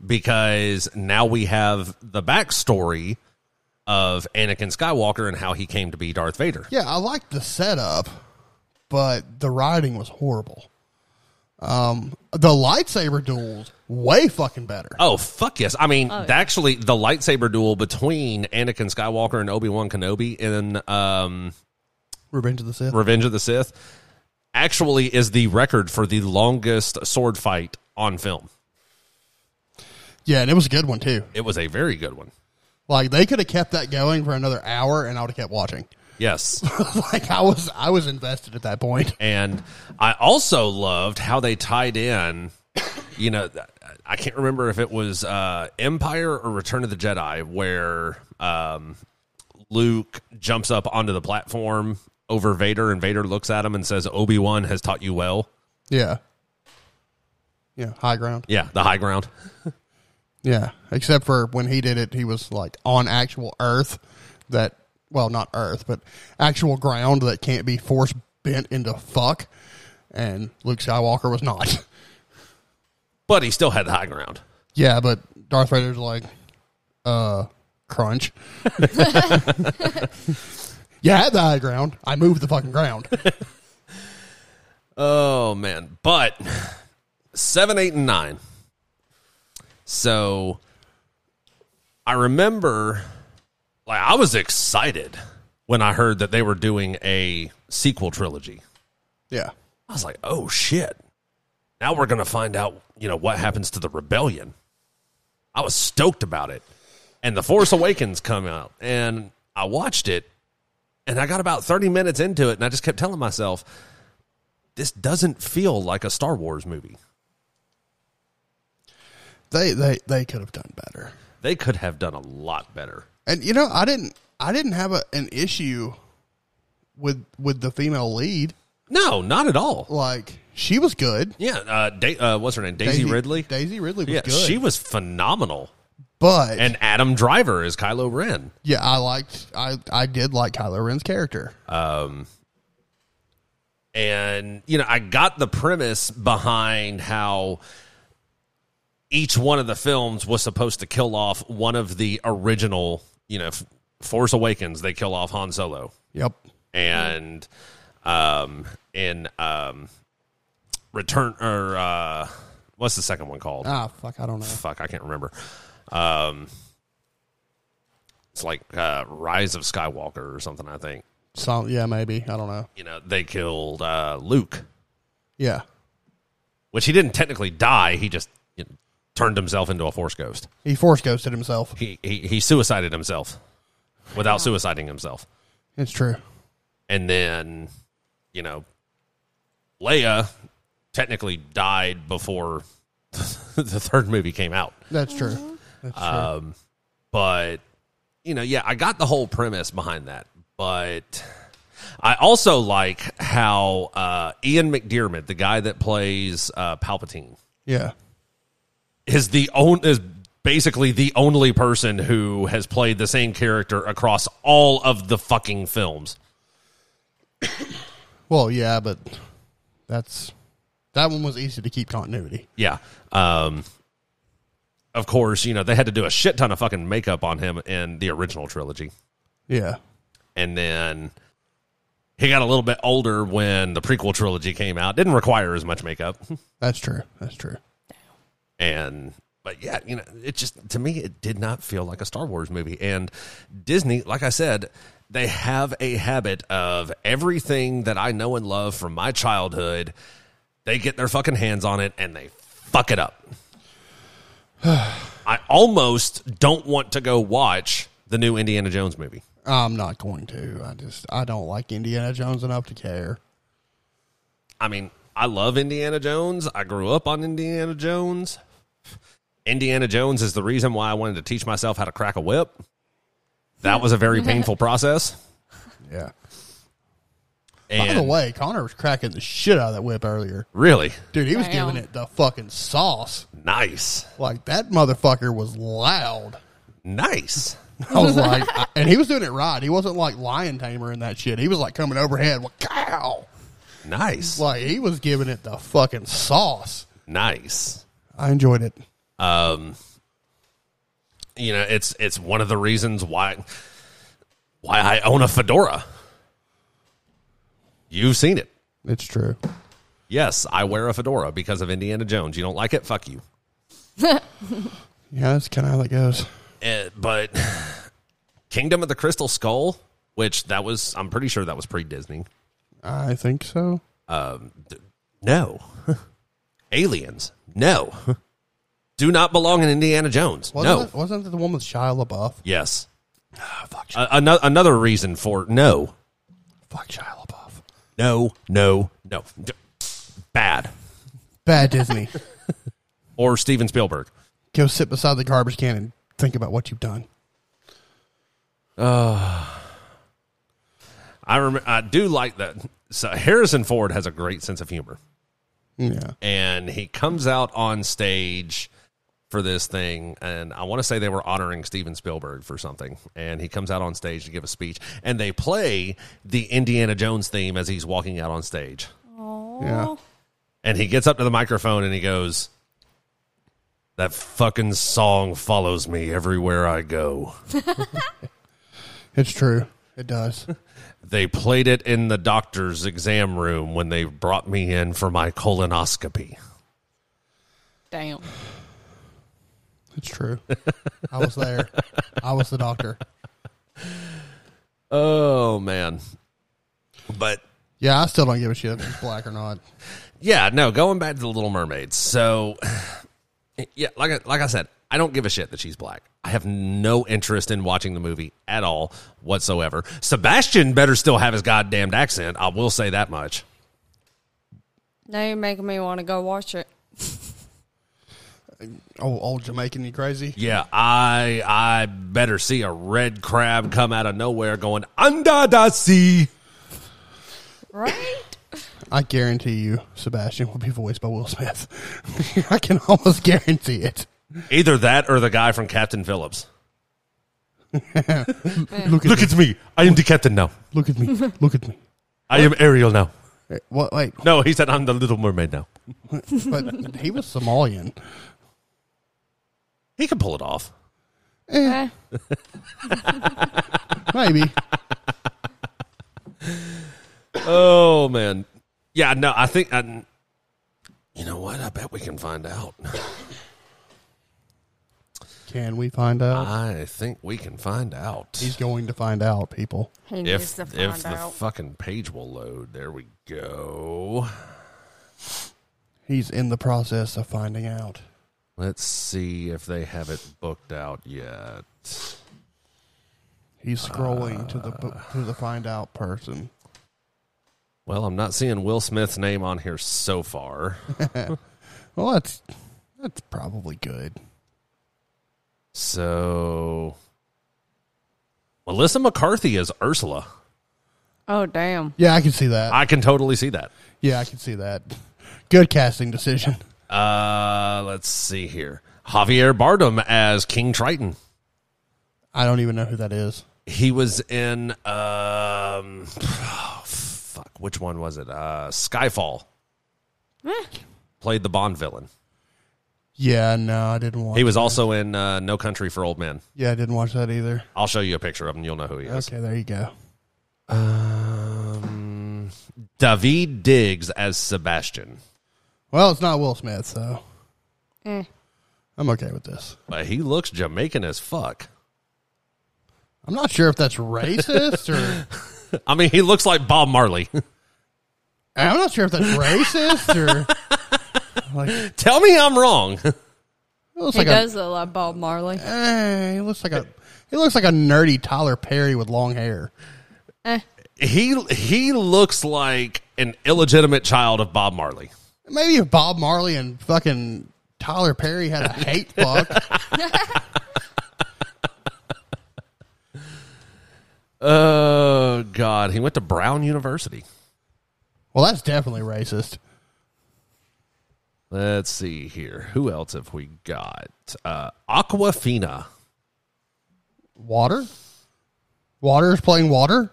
because now we have the backstory of Anakin Skywalker and how he came to be Darth Vader. Yeah, I liked the setup, but the writing was horrible. Um, the lightsaber duels way fucking better. Oh fuck yes! I mean, actually, the lightsaber duel between Anakin Skywalker and Obi Wan Kenobi in um, Revenge of the Sith. Revenge of the Sith actually is the record for the longest sword fight on film. Yeah, and it was a good one too. It was a very good one. Like they could have kept that going for another hour, and I would have kept watching. Yes. like I was, I was invested at that point. And I also loved how they tied in, you know, I can't remember if it was uh, Empire or Return of the Jedi where um, Luke jumps up onto the platform over Vader and Vader looks at him and says, Obi Wan has taught you well. Yeah, Yeah, high ground. Yeah, the high ground. Yeah, except for when he did it, he was like on actual Earth that, well, not Earth, but actual ground that can't be force bent into fuck. And Luke Skywalker was not. But he still had the high ground. yeah, but Darth Vader's like, uh, crunch. yeah, I had the high ground. I moved the fucking ground. Oh man, but seven, eight, and nine. So I remember, like, I was excited when I heard that they were doing a sequel trilogy. Yeah. I was like, oh shit. Now we're going to find out, you know, what happens to the rebellion. I was stoked about it. And The Force Awakens come out and I watched it and I got about 30 minutes into it and I just kept telling myself this doesn't feel like a Star Wars movie. They, they, they could have done better. They could have done a lot better. And you know, I didn't I didn't have a, an issue with with the female lead. No, not at all. Like she was good. Yeah, uh, da- uh what's her name? Daisy, Ridley. Daisy Ridley was yeah, good. she was phenomenal. but And Adam Driver is Kylo Ren. yeah, I liked I I did like Kylo Ren's character. and you know i got the premise behind how each one of the films was supposed to kill off one of the original you know F- force awakens they kill off han solo yep. and um in um return or uh what's the second one called Ah, fuck, I don't know. fuck i can't remember um it's like uh rise of skywalker or something i think Some yeah, maybe. I don't know. you know they killed uh luke Yeah. which he didn't technically die. He just you know, turned himself into a force ghost. He force ghosted himself. He he he suicided himself without suiciding himself. It's true. And then, you know, Leia technically died before the third movie came out. That's true. That's true. Uh, But you know, yeah, I got the whole premise behind that, but I also like how uh, Ian McDiarmid, the guy that plays uh, Palpatine, yeah. is the own is basically the only person who has played the same character across all of the fucking films. Well, yeah, but that's that one was easy to keep continuity. Yeah. Um of course, you know, they had to do a shit ton of fucking makeup on him in the original trilogy. Yeah. And then he got a little bit older when the prequel trilogy came out. Didn't require as much makeup. That's true. That's true. and but yeah, you know, it just to me it did not feel like a Star Wars movie. And Disney, like I said, they have a habit of everything that I know and love from my childhood, they get their fucking hands on it and they fuck it up. I almost don't want to go watch the new Indiana Jones movie. I'm not going to. I just I don't like Indiana Jones enough to care. I mean, I love Indiana Jones. I grew up on Indiana Jones. Indiana Jones is the reason why I wanted to teach myself how to crack a whip. That was a very Hmm. painful process. Yeah. And By the way, Connor was cracking the shit out of that whip earlier. really Dude, he was Damn. giving it the fucking sauce. nice, Like that motherfucker was loud. nice. I was like, I- and he was doing it right. He wasn't like lion tamer and that shit. He was like coming overhead, like cow. Nice. Like he was giving it the fucking sauce. Nice. I enjoyed it. You know, it's it's one of the reasons why why I own a fedora. You've seen it. It's true. Yes, I wear a fedora because of Indiana Jones. You don't like it? Fuck you. Yeah, that's kind of how that goes. Uh, but Kingdom of the Crystal Skull, which that was, I'm pretty sure that was pre Disney. I think so. No. Aliens. No. Do not belong in Indiana Jones. Wasn't no. it, wasn't it the one with Shia LaBeouf? Yes. fuck, A- ano- another reason for no. fuck Shia LaBeouf. No, no, no. D- Bad. Bad Disney. Or Steven Spielberg. Go sit beside the garbage can and think about what you've done. I rem- I do like that. So Harrison Ford has a great sense of humor. Yeah. and he comes out on stage for this thing and i want to say they were honoring steven spielberg for something and he comes out on stage to give a speech and they play the indiana jones theme as he's walking out on stage Oh. Yeah. and he gets up to the microphone and he goes that fucking song follows me everywhere i go It's true. It does. they played it in the doctor's exam room when they brought me in for my colonoscopy Damn. It's true. I was there. I was the doctor. oh man but Yeah, I still don't give a shit if he's black or not. yeah, no, going back to the Little Mermaid. So, yeah, like I, like I said, I don't give a shit that she's black. I have no interest in watching the movie at all whatsoever. Sebastian better still have his goddamned accent. I will say that much. Now you're making me want to go watch it. Oh, old Jamaican, you crazy? Yeah, I I better see a red crab come out of nowhere going under the sea. Right? I guarantee you, Sebastian will be voiced by Will Smith. I can almost guarantee it. Either that or the guy from Captain Phillips. Look at Look at me. I am the captain now. look at me. Look at me. I am Ariel now. Eh, What? Wait, No, he said I'm the Little Mermaid now. but he was Somalian. He can pull it off. Eh. Maybe. Oh man, yeah. No, I think I. You know what? I bet we can find out. Can we find out? I think we can find out He's going to find out, people. He needs if to find if the out. fucking page will load. There we go. He's in the process of finding out. Let's see if they have it booked out yet. He's scrolling to the bo- to the find out person. Well, I'm not seeing Will Smith's name on here so far. Well, that's that's probably good. So, Melissa McCarthy is Ursula. oh, damn. Yeah, I can see that. I can totally see that. Yeah, I can see that. Good casting decision. Uh, let's see here. Javier Bardem as King Triton. I don't even know who that is. He was in um oh, fuck, which one was it? Uh Skyfall. Played the Bond villain. Yeah, no, I didn't watch. He was also in uh, No Country for Old Men. Yeah, I didn't watch that either. I'll show you a picture of him. You'll know who he is. Okay, there you go. Um, David Diggs as Sebastian. Well, it's not Will Smith, so Eh. I'm okay with this. But he looks Jamaican as fuck. I'm not sure if that's racist or I mean, he looks like Bob Marley. I'm not sure if that's racist or like it Tell me I'm wrong. looks He like does look like Bob Marley. a eh, he looks like a he looks like a nerdy Tyler Perry with long hair. Eh. he he looks like an illegitimate child of Bob Marley. Maybe if Bob Marley and fucking Tyler Perry had a hate fuck. Oh God, he went to Brown University. Well, that's definitely racist. Let's see here. Who else have we got? Uh, Aquafina. Water? Water is playing water?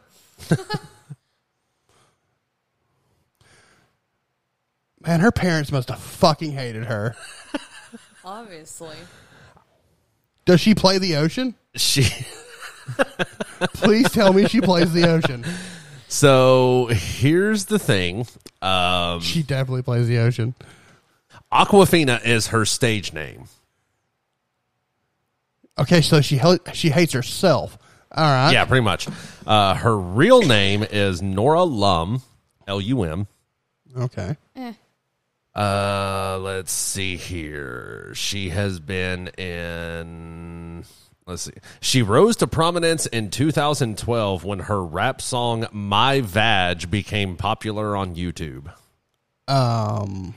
Man, her parents must have fucking hated her. Obviously. Does she play the ocean? She. Please tell me she plays the ocean. So here's the thing. Um, She definitely plays the ocean. Aquafina is her stage name. Okay, so she hel- she hates herself. All right. Yeah, pretty much. Uh, her real name is Nora Lum. L U M. Okay. Uh, let's see here. She has been in. Let's see. She rose to prominence in 2012 when her rap song "My Vag" became popular on YouTube. Um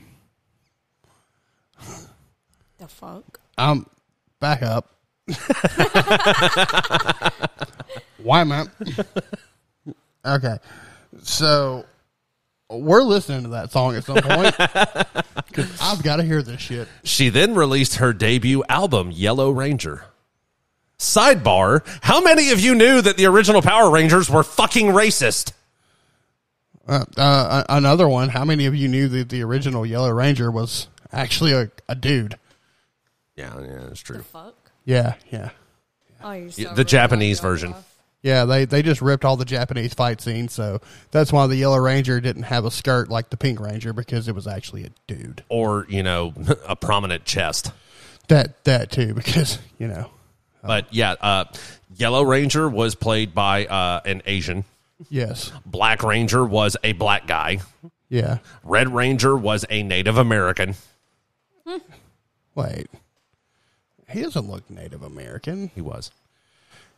The fuck? Um, back up. Why, man? okay, so We're listening to that song at some point. Because I've got to hear this shit. She then released her debut album, Yellow Ranger. Sidebar How many of you knew that the original Power Rangers were fucking racist? Uh, uh, another one. How many of you knew that the original Yellow Ranger was actually a, a dude? Yeah, yeah, that's true. Fuck. Yeah, yeah. Oh, you're so Yeah, the really Japanese knocked off. version. Yeah, they, they just ripped all the Japanese fight scenes, so that's why the Yellow Ranger didn't have a skirt like the Pink Ranger because it was actually a dude. Or, you know, a prominent chest. That that too, because you know, But yeah, uh, Yellow Ranger was played by uh, an Asian. yes, Black Ranger was a black guy. yeah. Red Ranger was a Native American. Wait, he doesn't look Native American. He was.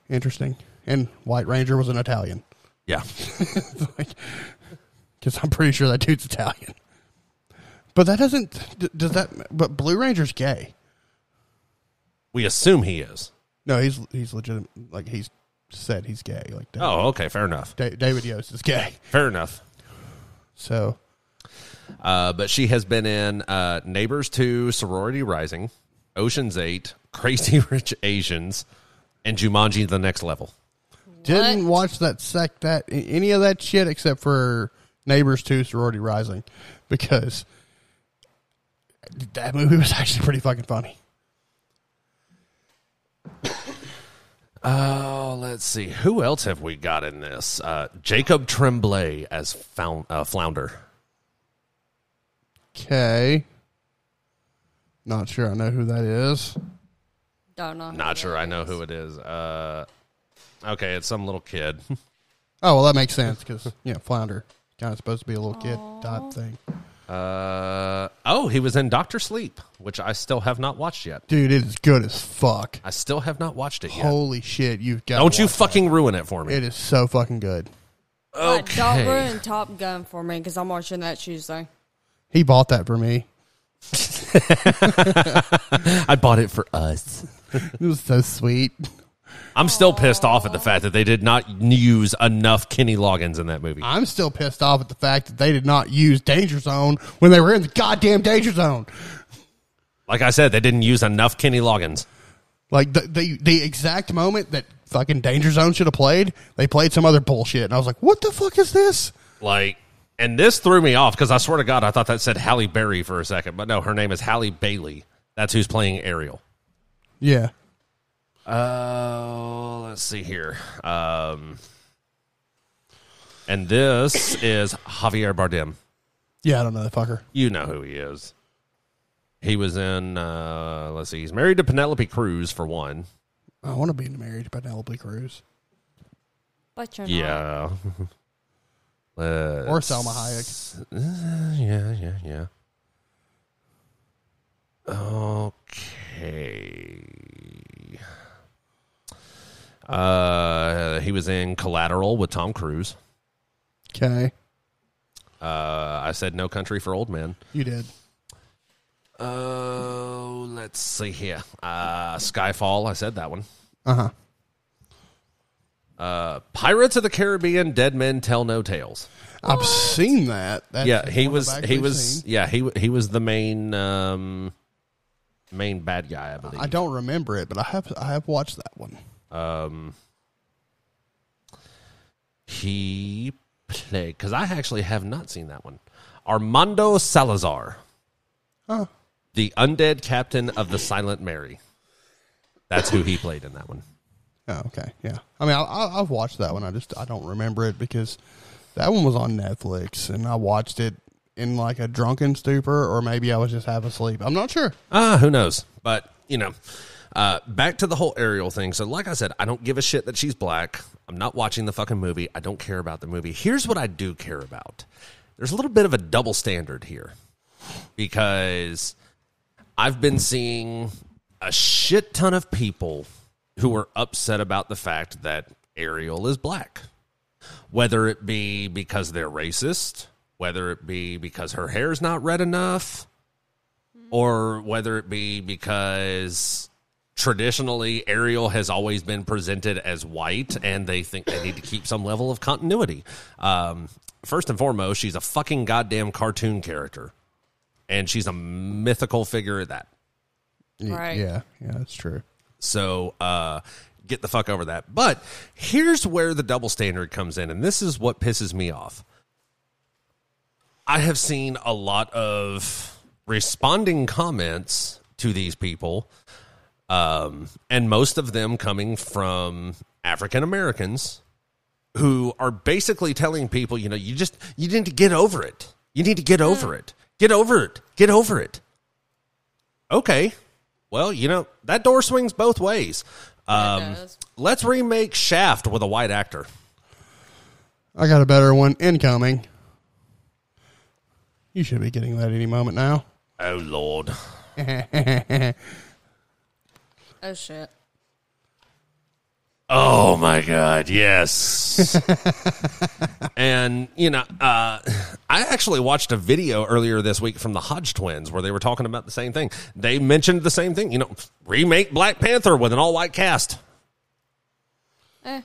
Interesting. And White Ranger was an Italian, Yeah. because I'm pretty sure that dude's Italian. But that doesn't d- does that. But Blue Ranger's gay. We assume he is. No, he's he's legitimate. Like he's said he's gay. Like Da- Oh, okay. Fair enough. Da- David Yost is gay. Fair enough. So Uh, but she has been in uh, Neighbors 2, Sorority Rising, Ocean's 8, Crazy Rich Asians, and Jumanji The Next Level. Didn't watch that sec that a- any of that shit except for Neighbors Two Sorority Rising because that movie was actually pretty fucking funny. Oh, let's see. Who else have we got in this? Uh, Jacob Tremblay as found, uh, Flounder. Okay. Not sure I know who that is. Don't know. Not sure I know who it is. Uh, okay, it's some little kid. Oh well that makes sense because yeah, Flounder. Kind of supposed to be a little kid type thing. Uh, oh, he was in Doctor Sleep, which I still have not watched yet. Dude, it is good as fuck. I still have not watched it yet. Holy shit, you've got Don't you fucking ruin it for me. It is so fucking good. Like, Don't Okay. ruin Top Gun for me because I'm watching that Tuesday. He bought that for me. I bought it for us. It was so sweet. I'm still pissed off at the fact that they did not use enough Kenny Loggins in that movie. I'm still pissed off at the fact that they did not use Danger Zone when they were in the goddamn Danger Zone. Like I said, they didn't use enough Kenny Loggins. Like the the, the exact moment that fucking Danger Zone should have played, they played some other bullshit, and I was like, "What the fuck is this?" Like, and this threw me off because I swear to God, I thought that said Halle Berry for a second, but no, her name is Halle Bailey. That's who's playing Ariel. Yeah, Uh, let's see here. Um, and this is Javier Bardem. yeah, I don't know the fucker. You know who he is. He was in. Uh, let's see. He's married to Penelope Cruz for one. I want to be married to Penelope Cruz But you're not. Yeah. Let's- Uh, or Selma Hayek. Yeah, yeah, yeah. Okay. Uh, he was in Collateral with Tom Cruise. Okay, Uh, I said No Country for Old Men. you did. Oh, let's see here. Uh, Skyfall. I said that one. Uh huh. Uh, Pirates of the Caribbean. Dead Men Tell No Tales. I've seen that. That's yeah, he one was. I've He actually was. seen. Yeah, he he was the main um, main bad guy. I believe. I don't remember it, but I have I have watched that one. he played because I actually have not seen that one. Armando Salazar, Huh. the undead captain of the Silent Mary. That's who he played in that one. Oh, okay. Yeah. I mean, I, I, I've watched that one. I just I don't remember it because that one was on Netflix, and I watched it in like a drunken stupor, or maybe I was just half asleep. I'm not sure. Ah, who knows? But you know, uh, back to the whole Ariel thing. So, like I said, I don't give a shit that she's black. I'm not watching the fucking movie. I don't care about the movie. Here's what I do care about. There's a little bit of a double standard here because I've been seeing a shit ton of people who are upset about the fact that Ariel is black whether it be because they're racist, whether it be because her hair's not red enough, or whether it be because traditionally Ariel has always been presented as white, and they think they need to keep some level of continuity. Um, first and foremost, she's a fucking goddamn cartoon character, and she's a mythical figure at that. Y- Right. Yeah, yeah, that's true. So uh, get the fuck over that. But here's where the double standard comes in, and this is what pisses me off. I have seen a lot of responding comments to these people, um, and most of them coming from African Americans who are basically telling people, you know, you just you need to get over it. You need to get over it. Get over it. Get over it okay, well, you know, that door swings both ways. Um, does. let's remake Shaft with a white actor. I got a better one incoming. You should be getting that any moment now. Oh, Lord. Oh shit. Oh, my God. Yes. and, you know, uh, I actually watched a video earlier this week from the Hodge twins where they were talking about the same thing. They mentioned the same thing, you know, remake Black Panther with an all white cast, Eh.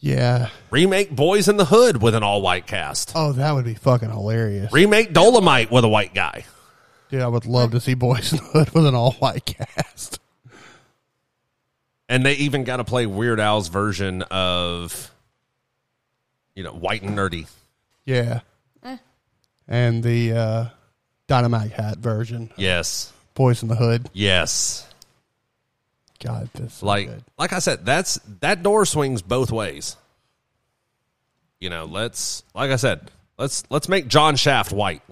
Yeah. remake Boys in the Hood with an all white cast, Oh, that would be fucking hilarious. remake Dolomite with a white guy. Dude, I would love to see Boys in the Hood with an all white cast. And they even got to play Weird Al's version of, you know, white and nerdy. Yeah. And the uh, Dynamite Hat version, Yes, Boys in the Hood. yes. God, this is Like, good. like I said, that's that door swings both ways. You know, let's like I said, let's let's make John Shaft white.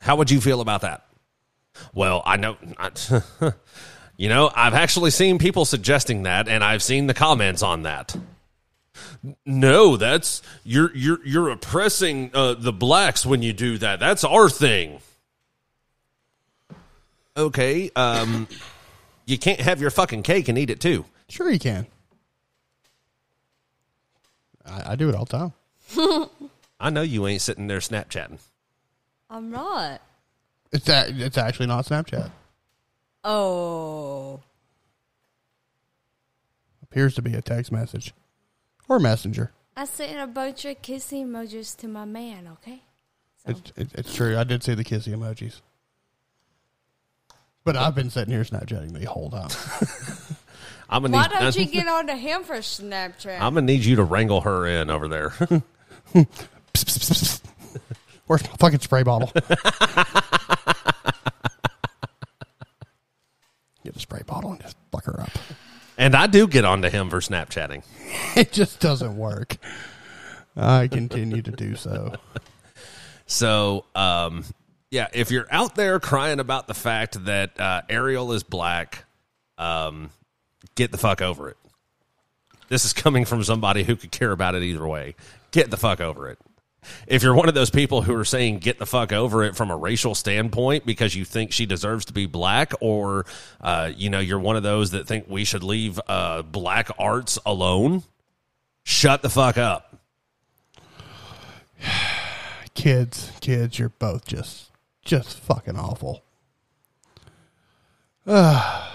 How would you feel about that? Well, I know, I, you know, I've actually seen people suggesting that, and I've seen the comments on that. No, that's you're you're you're oppressing uh, the blacks when you do that. That's our thing. Okay, um, you can't have your fucking cake and eat it too. Sure, you can. I, I do it all the time. I know you ain't sitting there Snapchatting. I'm not. It's a, it's actually not Snapchat. Oh. Appears to be a text message or messenger. I sent a bunch of kissy emojis to my man, okay? It's, it, it's true. I did see the kissy emojis. But I've been sitting here Snapchatting the whole time. I'm gonna Why need, don't you get on to him for Snapchat? I'm gonna need you to wrangle her in over there. Psst, psst, psst, psst. Where's my fucking spray bottle? Get a spray bottle and just fuck her up. and I do get onto him for Snapchatting. It just doesn't work. I continue to do so. So, um, yeah, if you're out there crying about the fact that uh, Ariel is black, um, get the fuck over it. This is coming from somebody who could care about it either way. Get the fuck over it. If you're one of those people who are saying get the fuck over it from a racial standpoint because you think she deserves to be black, or uh, you know you're one of those that think we should leave uh, black arts alone, shut the fuck up. Kids, kids, you're both just just fucking awful. As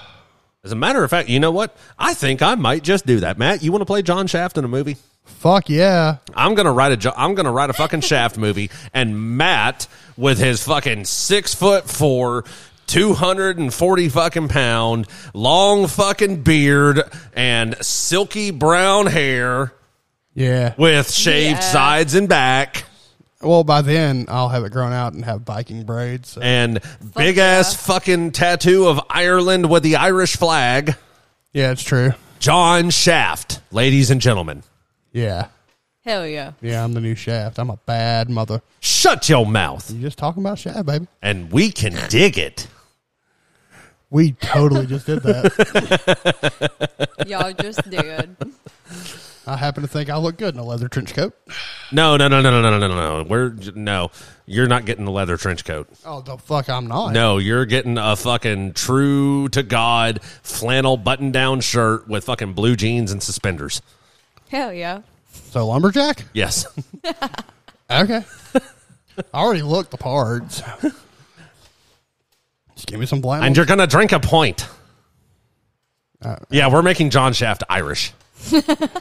a matter of fact, you know what? I think I might just do that. Matt, you want to play John Shaft in a movie? Fuck yeah. I'm gonna write a jo- I'm gonna write a fucking Shaft movie, and Matt with his fucking six foot four. 240 fucking pound, long fucking beard, and silky brown hair Yeah. with shaved Yeah. sides and back, Well, by then I'll have it grown out and have Viking braids. So. and big ass fucking tattoo of Ireland with the Irish flag. Yeah, it's true. John Shaft, ladies and gentlemen. Yeah. Hell yeah. Yeah, I'm the new Shaft. I'm a bad mother. Shut your mouth. You just talking about Shaft, baby. and we can dig it. We totally just did that. Y'all just did. I happen to think I look good in a leather trench coat. No, no, no, no, no, no, no, no, no. We're no, you're not getting the leather trench coat. Oh, the fuck, I'm not. No, you're getting a fucking true to god flannel button down shirt with fucking blue jeans and suspenders. Hell yeah. So, lumberjack? Yes, Okay. I already looked the parts. Just Give me some blind. And you're going to drink a point. yeah, we're making John Shaft Irish.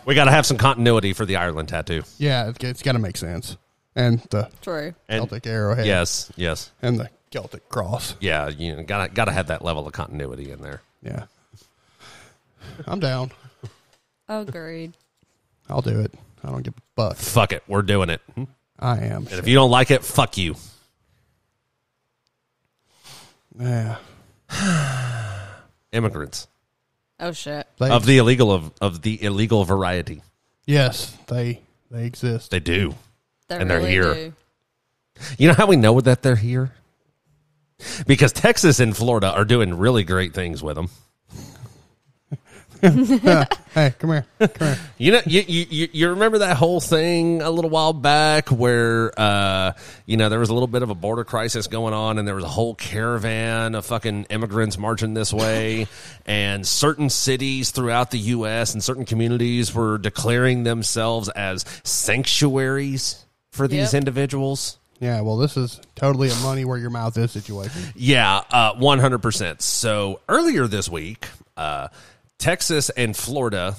we got to have some continuity for the Ireland tattoo. yeah, it's, it's got to make sense. And the True. And- Celtic arrowhead. Yes, yes. And the Celtic cross. Yeah, you got to got to have that level of continuity in there. Yeah. I'm down. Agreed. I'll do it. I don't give a fuck. Fuck it, we're doing it. And I am. if you don't like it, fuck you. Yeah. Immigrants Oh shit. They, of the illegal of, of the illegal variety. yes, they they exist. They do. They And they're really here. do. You know how we know that they're here? Because Texas and Florida are doing really great things with them. hey, come here. Come here. You know, you, you you- you remember that whole thing a little while back where uh, you know there was a little bit of a border crisis going on, and there was a whole caravan of fucking immigrants marching this way, and certain cities throughout the U.S. and certain communities were declaring themselves as sanctuaries for these Yep. individuals. Yeah, well, this is totally a money where your mouth is situation. Yeah, uh, one hundred percent. So earlier this week, uh, Texas and Florida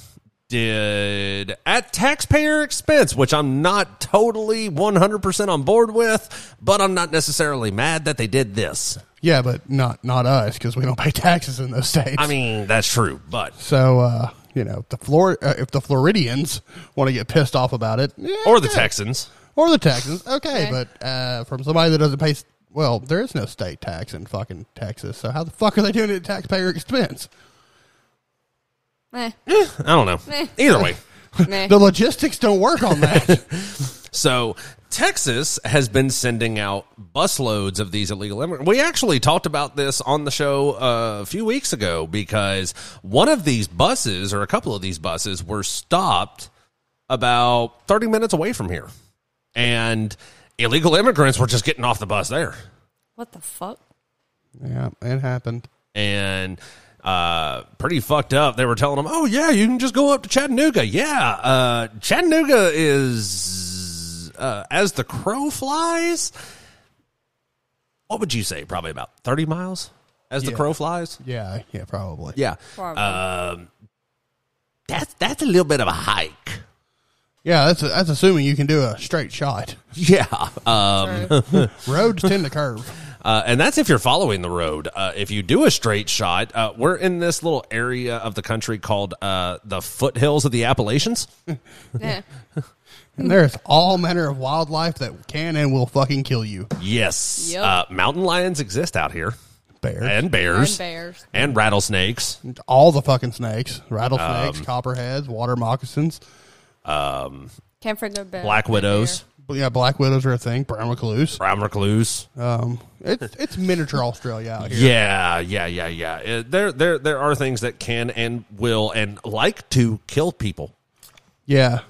did at taxpayer expense, which I'm not totally one hundred percent on board with, but I'm not necessarily mad that they did this. Yeah, but not not us because we don't pay taxes in those states. I mean, that's true, but so uh, you know, the Flor- uh, if the Floridians want to get pissed off about it, yeah, or the okay. Texans. or the taxes, okay. Okay. But uh, from somebody that doesn't pay, s- well, there is no state tax in fucking Texas. So how the fuck are they doing it at taxpayer expense? Meh. I don't know. Meh. Either way. Meh. The logistics don't work on that. So Texas has been sending out busloads of these illegal immigrants. We actually talked about this on the show uh, a few weeks ago because one of these buses or a couple of these buses were stopped about 30 minutes away from here. And illegal immigrants were just getting off the bus there. What the fuck? yeah, it happened. and uh, pretty fucked up. They were telling them, "Oh yeah, you can just go up to Chattanooga." Yeah, uh, Chattanooga is uh, as the crow flies. What would you say? Probably about thirty miles as the Yeah. crow flies. Yeah, yeah, probably. Yeah, Probably. Um, that's that's a little bit of a hike. Yeah, that's that's assuming you can do a straight shot. Yeah, um, True. Roads tend to curve. Uh, and that's if you're following the road. Uh, if you do a straight shot, uh, we're in this little area of the country called uh, the foothills of the Appalachians. Meh. And there's all manner of wildlife that can and will fucking kill you. Yes. Yep. Uh, mountain lions exist out here, Bear. and bears, And bears. and rattlesnakes. all the fucking snakes. Rattlesnakes, copperheads, water moccasins. Can't forget bear. Black widows. But yeah, black widows are a thing. Brown recluse. Brown recluse. Um, it's it's miniature Australia out here. Yeah, yeah, yeah, yeah. Uh, there, there, there are things that can and will and like to kill people. Yeah.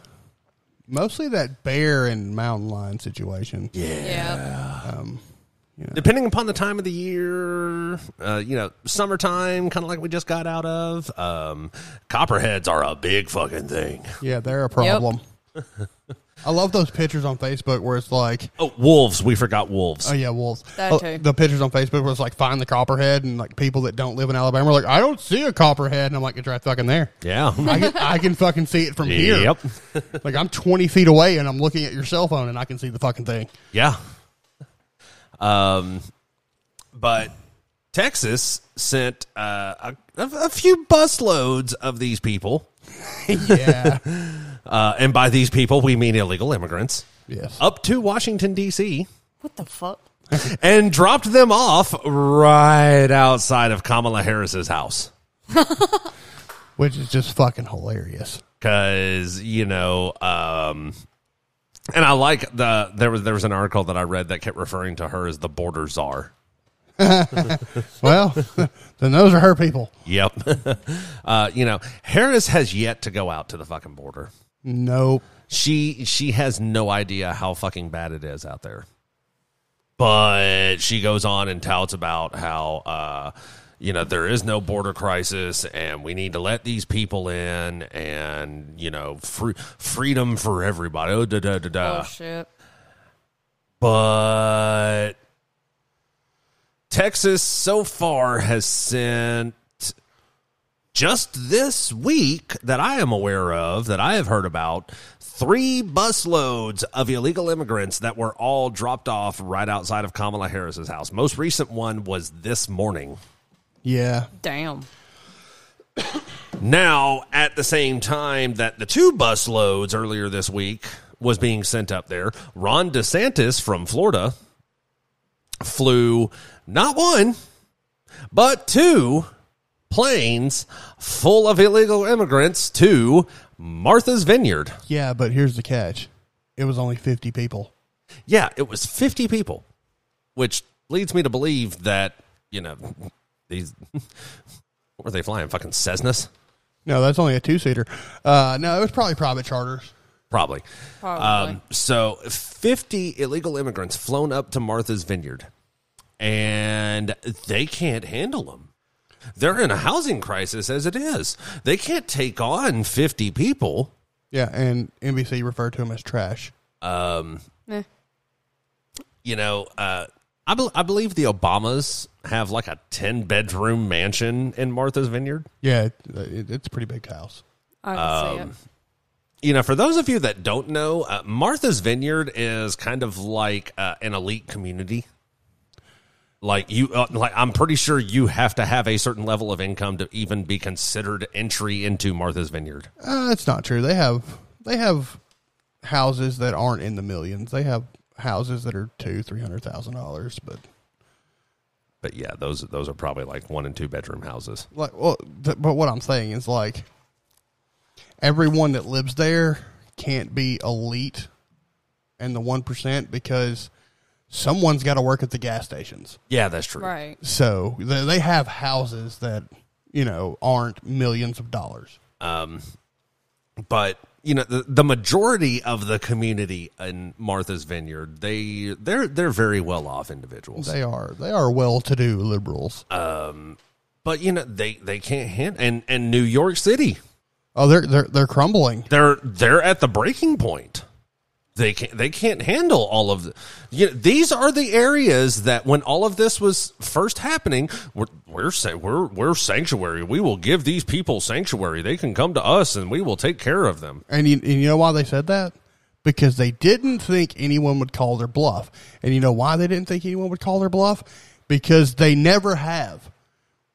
Mostly that bear and mountain lion situation. Yeah. Yeah. Depending upon the time of the year, uh, you know, summertime, kind of like we just got out of. Um, copperheads are a big fucking thing. they're a problem. I love those pictures on Facebook where it's like, Oh, wolves. We forgot wolves. oh yeah, wolves. That Oh, too. The pictures on Facebook where it's like find the copperhead and like people that don't live in Alabama are like, I don't see a copperhead, and I'm like, it's right fucking there. yeah. I can, I can fucking see it from here. yep. Like I'm 20 feet away and I'm looking at your cell phone and I can see the fucking thing. Yeah. Um, but Texas sent uh, a, a a few busloads of these people, Yeah. uh, and by these people we mean illegal immigrants, yes. up to Washington D.C. What the fuck? and dropped them off right outside of Kamala Harris's house. Which is just fucking hilarious. because you know um and i like the there was there was an article that i read that kept referring to her as the border czar Well, then those are her people. yep uh you know harris has yet to go out to the fucking border Nope. she she has no idea how fucking bad it is out there but she goes on and touts about how uh you know there is no border crisis and we need to let these people in and you know free, freedom for everybody oh, da, da, da, Uh, da. oh shit. but Texas so far has sent just this week that I am aware of, that I have heard about, three busloads of illegal immigrants that were all dropped off right outside of Kamala Harris's house. Most recent one was this morning. Yeah. Damn. Now, at the same time that the two bus loads earlier this week was being sent up there, Ron DeSantis from Florida flew not one, but two planes full of illegal immigrants to Martha's Vineyard. Yeah, but here's the catch. It was only 50 people. Yeah, it was 50 people, which leads me to believe that, you know, these what were they flying? Fucking Cessnas? No, that's only a two seater. Uh, no, it was probably private charters. Probably. Probably. Um, so 50 illegal immigrants flown up to Martha's Vineyard, and they can't handle them. They're in a housing crisis as it is. They can't take on 50 people. Yeah, and NBC referred to them as trash. Eh. You know, uh, I, bel I believe the Obamas have like a 10 bedroom mansion in Martha's Vineyard. Yeah, it, it, it's a pretty big house. I can see it. you know, for those of you that don't know, uh, Martha's Vineyard is kind of like uh, an elite community. Like you, uh, like I'm pretty sure you have to have a certain level of income to even be considered entry into Martha's Vineyard. Uh, it's not true. They have they have houses that aren't in the millions. They have houses that are two, three hundred thousand dollars. But But yeah, those those are probably like one and two bedroom houses. like, well, th- but what I'm saying is like everyone that lives there can't be elite and the one percent because someone's got to work at the gas stations. Yeah, that's true. Right. So they, they have houses that you know aren't millions of dollars. but you know the, the majority of the community in Martha's Vineyard they they're they're very well off individuals. They are they are well to do liberals. but you know they they can't handle and and New York City oh, they're they're they're crumbling. they're they're at the breaking point. They can't they can't handle all of the, you know, these are the areas that when all of this was first happening we're we're sa- we're we're sanctuary. We will give these people sanctuary. They can come to us and we will take care of them. And you, and you know why they said that? Because they didn't think anyone would call their bluff. And you know why they didn't think anyone would call their bluff? Because they never have.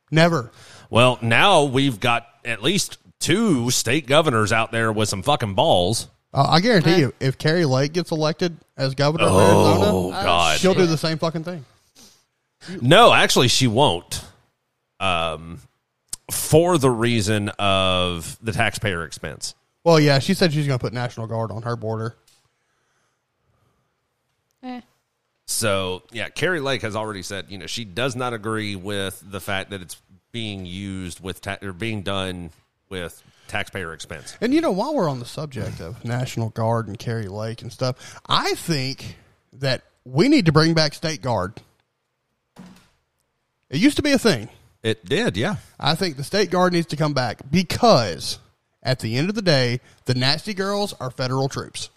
Never. Well, now we've got at least two state governors out there with some fucking balls. Uh, I guarantee you, if Carrie Lake gets elected as governor of Oh Arizona, god. she'll do the same fucking thing. No, actually, she won't. Um, for the reason of the taxpayer expense. Well, yeah, she said she's going to put National Guard on her border. Eh. So yeah, Carrie Lake has already said you know she does not agree with the fact that it's being used with ta- or being done with taxpayer expense. And you know, while we're on the subject of National Guard and Carrie Lake and stuff, I think that we need to bring back State Guard. It used to be a thing. It did, yeah. I think the state guard needs to come back because at the end of the day, the nasty girls are federal troops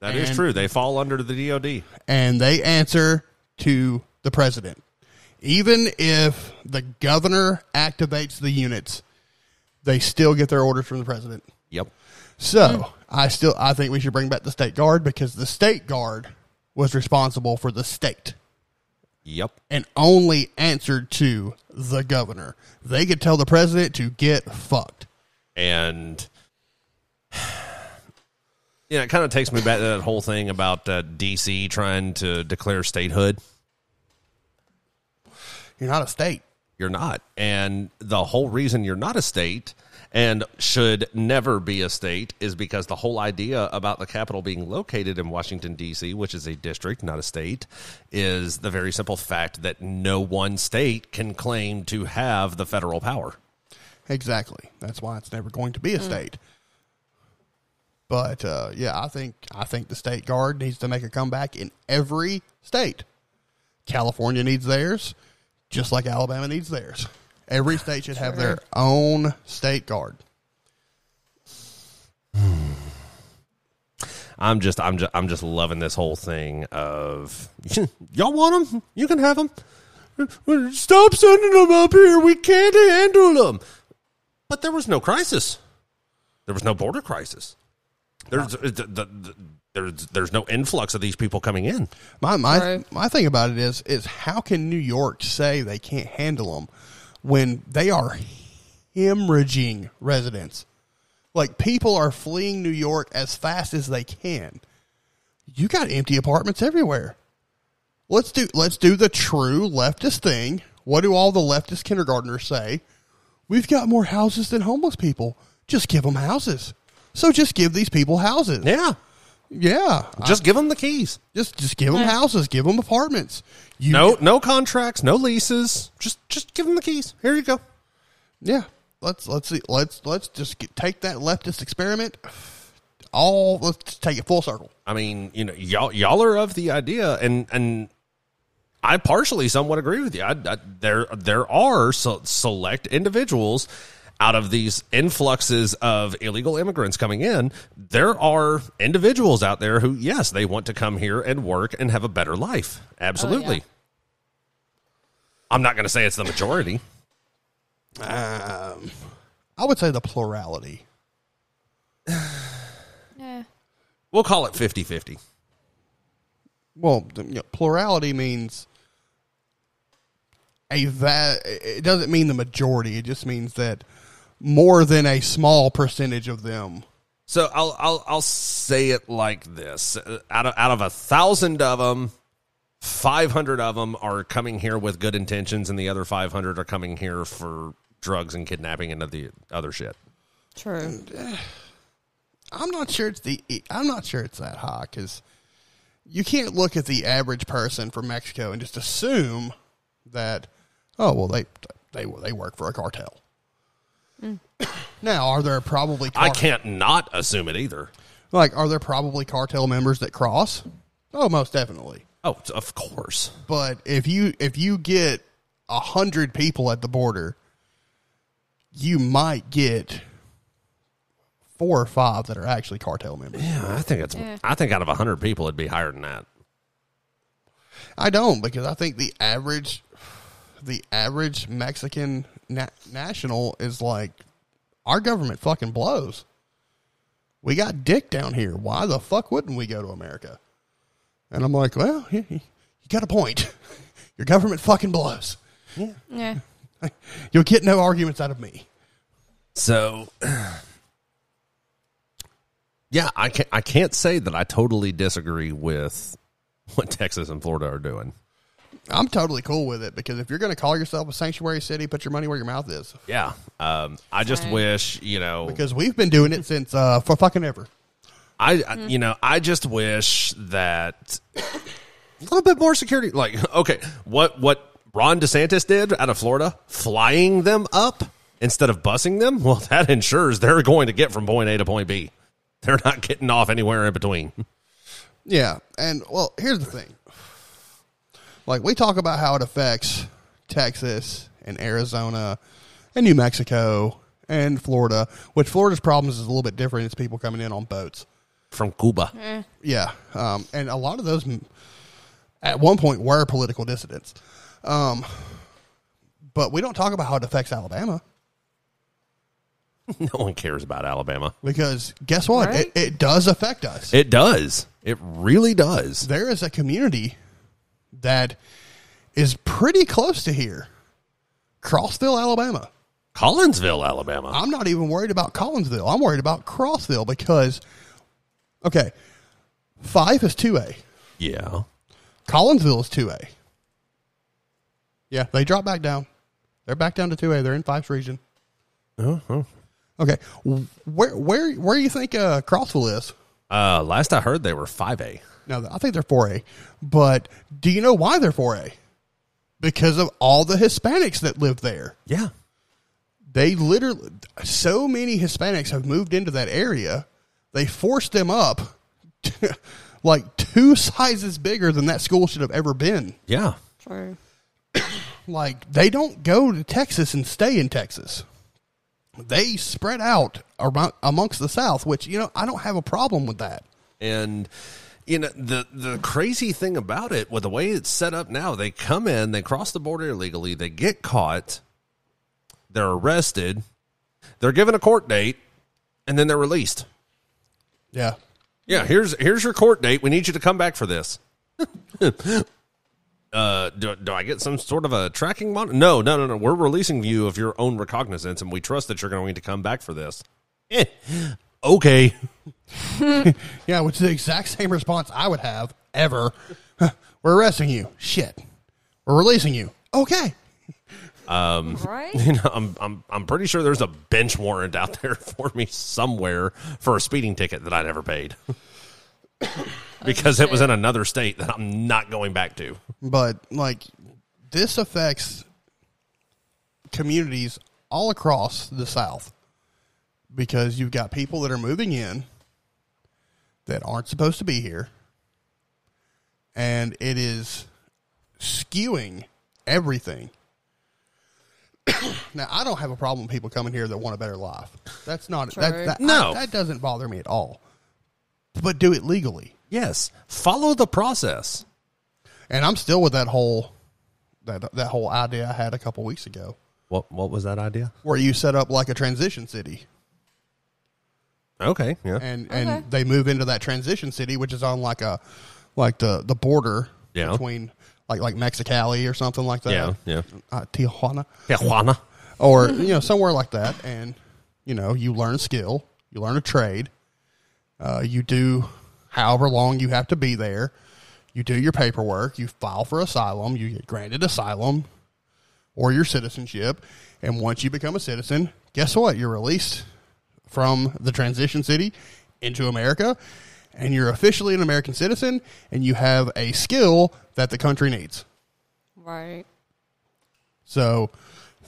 that is And- true. They fall under the DoD. and they answer to the president. Even if the governor activates the units, they still get their orders from the president. Yep. So I still I think we should bring back the state guard because the state guard was responsible for the state. Yep. and only answered to the governor. They could tell the president to get fucked. and yeah, it kind of takes me back to that whole thing about uh, DC trying to declare statehood. You're not a state. You're not, and the whole reason you're not a state and should never be a state is because the whole idea about the capital being located in Washington D.C., which is a district, not a state, is the very simple fact that no one state can claim to have the federal power. Exactly. That's why it's never going to be a state. But uh, yeah, I think I think the state guard needs to make a comeback in every state. California needs theirs, just like Alabama needs theirs. Every state should have their own state guard. I'm just, I'm just, I'm just loving this whole thing of y'all want them, you can have them. Stop sending them up here. We can't handle them. But there was no crisis. There was no border crisis. There's the, the, the- there's there's no influx of these people coming in. My my Right. my thing about it is is how can New York say they can't handle them when they are hemorrhaging residents? Like people are fleeing New York as fast as they can. You got empty apartments everywhere. Let's do let's do the true leftist thing. What do all the leftist kindergartners say? We've got more houses than homeless people. Just give them houses. So just give these people houses. Yeah, Yeah. just give them the keys. Just just give them houses, give them apartments. You No no contracts, no leases. Just just give them the keys. Here you go. yeah. Let's let's see let's let's just get, take that leftist experiment. All let's just take it full circle. I mean, you know, y'all y'all are of the idea, and and I partially somewhat agree with you. I, I, there there are so, select individuals out of these influxes of illegal immigrants coming in. There are individuals out there who, yes, they want to come here and work and have a better life. Absolutely. I'm not going to say it's the majority. I would say the plurality. Yeah. We'll call it 50 50. Well, the- you know, plurality means a va- it doesn't mean the majority. It just means that more than a small percentage of them. So I'll I'll I'll say it like this: Uh, out of out of a thousand of them, five hundred of them are coming here with good intentions, and the other five hundred are coming here for drugs and kidnapping and the other shit. True. I'm not sure it's the I'm not sure it's that high because you can't look at the average person from Mexico and just assume that oh well they they they work for a cartel. Now, are there probably car- Mm. I can't not assume it either. like are there probably cartel members that cross? Oh, most definitely. Oh, t- of course. But if you if you get a hundred people at the border, you might get four or five that are actually cartel members. Yeah, I think it's. I think out of hundred people, it'd be higher than that. I don't because I think the average, the average Mexican na- national is like, our government fucking blows. We got dick down here. Why the fuck wouldn't we go to America? And I'm like, well, you, you got a point. Your government fucking blows. Yeah. You'll get no arguments out of me. So, yeah, I can't. I can't say that I totally disagree with what Texas and Florida are doing. I'm totally cool with it because if you're going to call yourself a sanctuary city, put your money where your mouth is. Yeah. Um, I just Right. wish, you know, Because we've been doing it since uh, for fucking ever. I, I- you know, I just wish that a little bit more security. Like, okay, what, what Ron DeSantis did out of Florida, flying them up instead of busing them. Well, that ensures they're going to get from point A to point B. They're not getting off anywhere in between. Yeah, and well, here's the thing. Like we talk about how it affects Texas and Arizona and New Mexico and Florida, which Florida's problems is a little bit different. It's people coming in on boats. From Cuba. Yeah, um, and a lot of those m- at one point were political dissidents. Um, but we don't talk about how it affects Alabama No one cares about Alabama. because guess what? Right. It, it does affect us. It does. It really does. there is a community that is pretty close to here crossville alabama Collinsville, Alabama. i'm not even worried about collinsville i'm worried about crossville because okay five is 2a Yeah. collinsville is 2a yeah they drop back down they're back down to 2a they're in five's region okay where where where do you think uh, crossville is Uh, last I heard, they were 5A. No, I think they're 4A. But do you know why they're 4A? Because of all the Hispanics that live there. Yeah. They literally, so many Hispanics have moved into that area. They forced them up to, like two sizes bigger than that school should have ever been. Yeah. True. Like, they don't go to Texas and stay in Texas. They spread out around, amongst the South, which, you know, I don't have a problem with that. and you know the the crazy thing about it with the way it's set up now they come in they cross the border illegally they get caught they're arrested they're given a court date and then they're released Yeah. yeah here's here's your court date we need you to come back for this uh do, do i get some sort of a tracking monitor no no no no we're releasing you of your own recognizance and we trust that you're going to come back for this Eh, okay Yeah, which is the exact same response I would have ever. Huh, We're arresting you. Shit. We're releasing you. Okay. Right? you know, I'm I'm I'm pretty sure there's a bench warrant out there for me somewhere for a speeding ticket that I never paid. because it was in another state that I'm not going back to. But like this affects communities all across the South because you've got people that are moving in that aren't supposed to be here. And it is skewing everything. now I don't have a problem with people coming here that want a better life. That's not that, True. that- No. that doesn't bother me at all. But do it legally. Yes, follow the process. And I'm still with that whole that that whole idea I had a couple weeks ago, What what was that idea? where you set up like a transition city, Okay, yeah. and Okay. and they move into that transition city, which is on like a like the the border Yeah. between like like Mexicali or something like that, Yeah, yeah. uh, Tijuana, Yeah, Juana. or you know somewhere like that, and you know you learn a skill, you learn a trade, uh, you do however long you have to be there, you do your paperwork, you file for asylum, you get granted asylum or your citizenship, and once you become a citizen, guess what? You're released from the transition city into America, and you're officially an American citizen, and you have a skill that the country needs. Right. So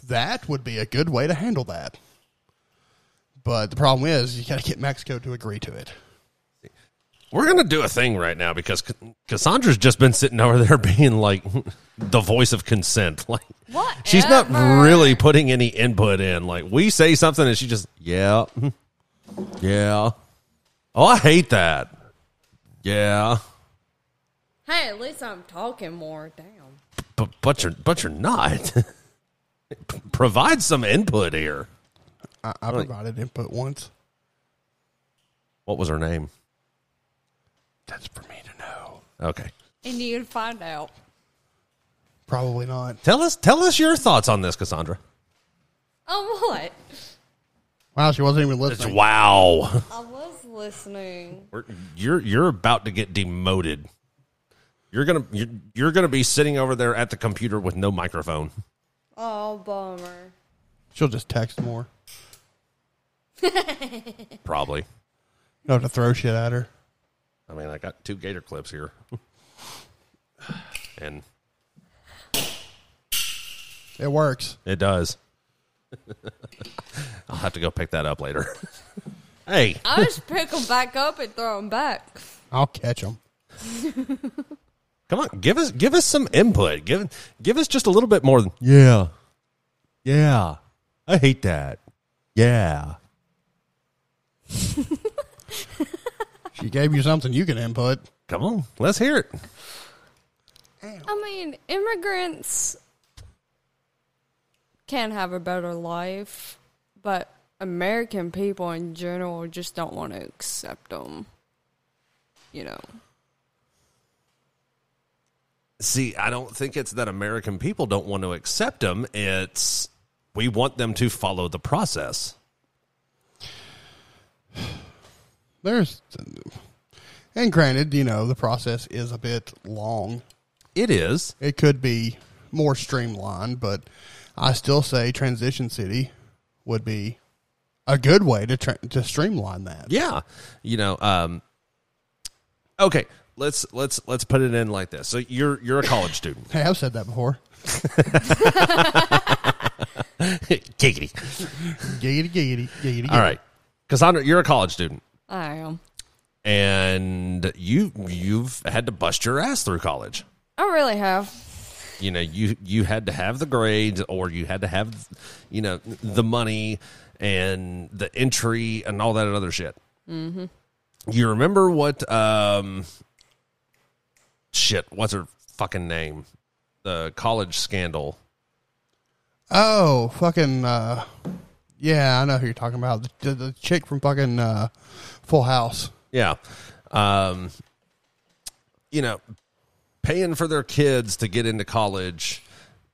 that would be a good way to handle that. But the problem is, you got to get Mexico to agree to it. We're going to do a thing right now because Ca- Cassandra's just been sitting over there being like the voice of consent. Like What? she's not really putting any input in. Like we say something and she just yeah, yeah. Oh, I hate that. Yeah, Hey, at least I'm talking more. Damn. but but you're but you're not. P- Provide some input here. I, I provided input once. What was her name? That's for me to know. Okay, And you can find out. Probably not. tell us tell us your thoughts on this, Cassandra. Oh, what? Wow, she wasn't even It's, listening. wow, I was listening. We're- you're you're about to get demoted. You're gonna you're, you're gonna be sitting over there at the computer with no microphone. Oh, bummer. She'll just text more. Probably. You don't have to throw shit at her. I mean, I got two gator clips here. and It works. it does. I'll have to go pick that up later. hey, I just pick them back up and throw them back. I'll catch them. come on, give us give us some input. Give give us just a little bit more. than- Yeah. Yeah. I hate that. Yeah. She gave you something you can input. Come on, let's hear it. I mean, immigrants can have a better life, but American people in general just don't want to accept them. You know. See, I don't think it's that American people don't want to accept them. It's we want them to follow the process. There's, and granted, you know the process is a bit long. It is. It could be more streamlined, but I still say transition city would be a good way to tra- to streamline that. Yeah. You know, um Okay, let's let's let's put it in like this. So you're you're a college student. Hey, I've said that before. Giggity. Giggity, giggity, giggity. giggity. All right. Cassandra, you're a college student I am. and you you've had to bust your ass through college. I really have. You know, you you had to have the grades or you had to have you know the money and the entry and all that other shit. Mm-hmm. You remember what um shit, what's her fucking name? The college scandal. Oh, fucking. Uh, yeah, I know who you're talking about. The, the, the chick from fucking uh, Full House. Yeah. Um, you know, paying for their kids to get into college,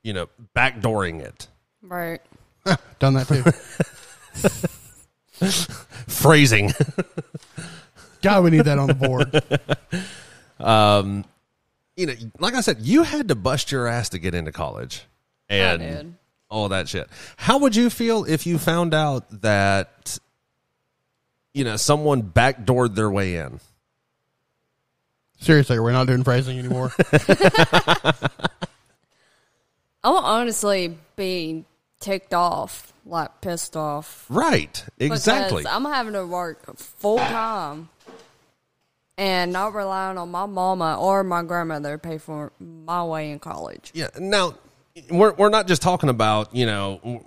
you know, backdooring it. Right. Done that too. Phrasing. God, we need that on the board. you know, like I said, you had to bust your ass to get into college and did. all that shit. How would you feel if you found out that, you know, someone backdoored their way in? Seriously, we're not doing phrasing anymore. I'll honestly be ticked off, like pissed off. Right. Exactly. Because I'm having to work full time and not relying on my mama or my grandmother to pay for my way in college. Yeah. Now, we're we're not just talking about you know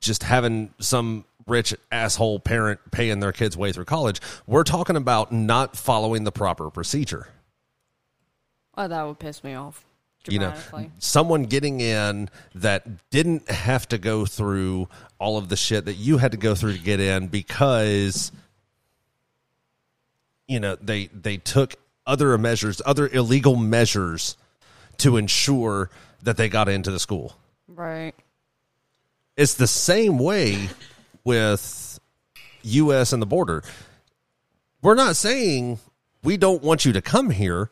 just having some rich asshole parent paying their kids way through college. We're talking about not following the proper procedure. Oh, that would piss me off. You know, dramatically. someone getting in that didn't have to go through all of the shit that you had to go through to get in because you know they they took other measures, other illegal measures to ensure that they got into the school. right? it's the same way with us and the border we're not saying we don't want you to come here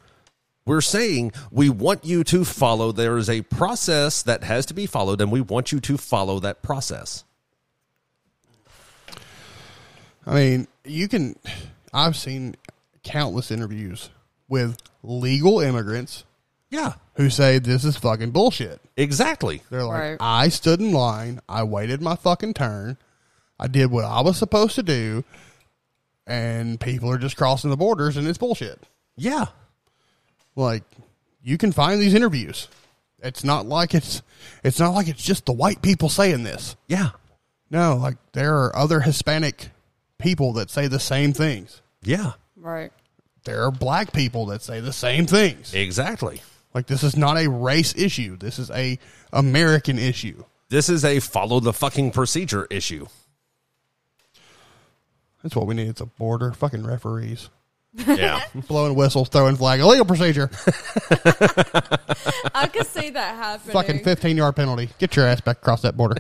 we're saying we want you to follow there is a process that has to be followed and we want you to follow that process I mean, you can. I've seen countless interviews with legal immigrants yeah who say this is fucking bullshit. exactly They're like, Right. I stood in line, I waited my fucking turn, I did what I was supposed to do, and people are just crossing the borders and it's bullshit. yeah Like, you can find these interviews. It's not like it's it's not like it's just the white people saying this. yeah No, like there are other Hispanic people that say the same things. yeah Right. There are black people that say the same things. exactly Like this is not a race issue. This is a American issue. this is a follow the fucking procedure issue That's what we need. It's a border fucking referees. yeah blowing whistles, throwing flag, illegal procedure, I could see that happening. fucking 15 yard penalty. Get your ass back across that border.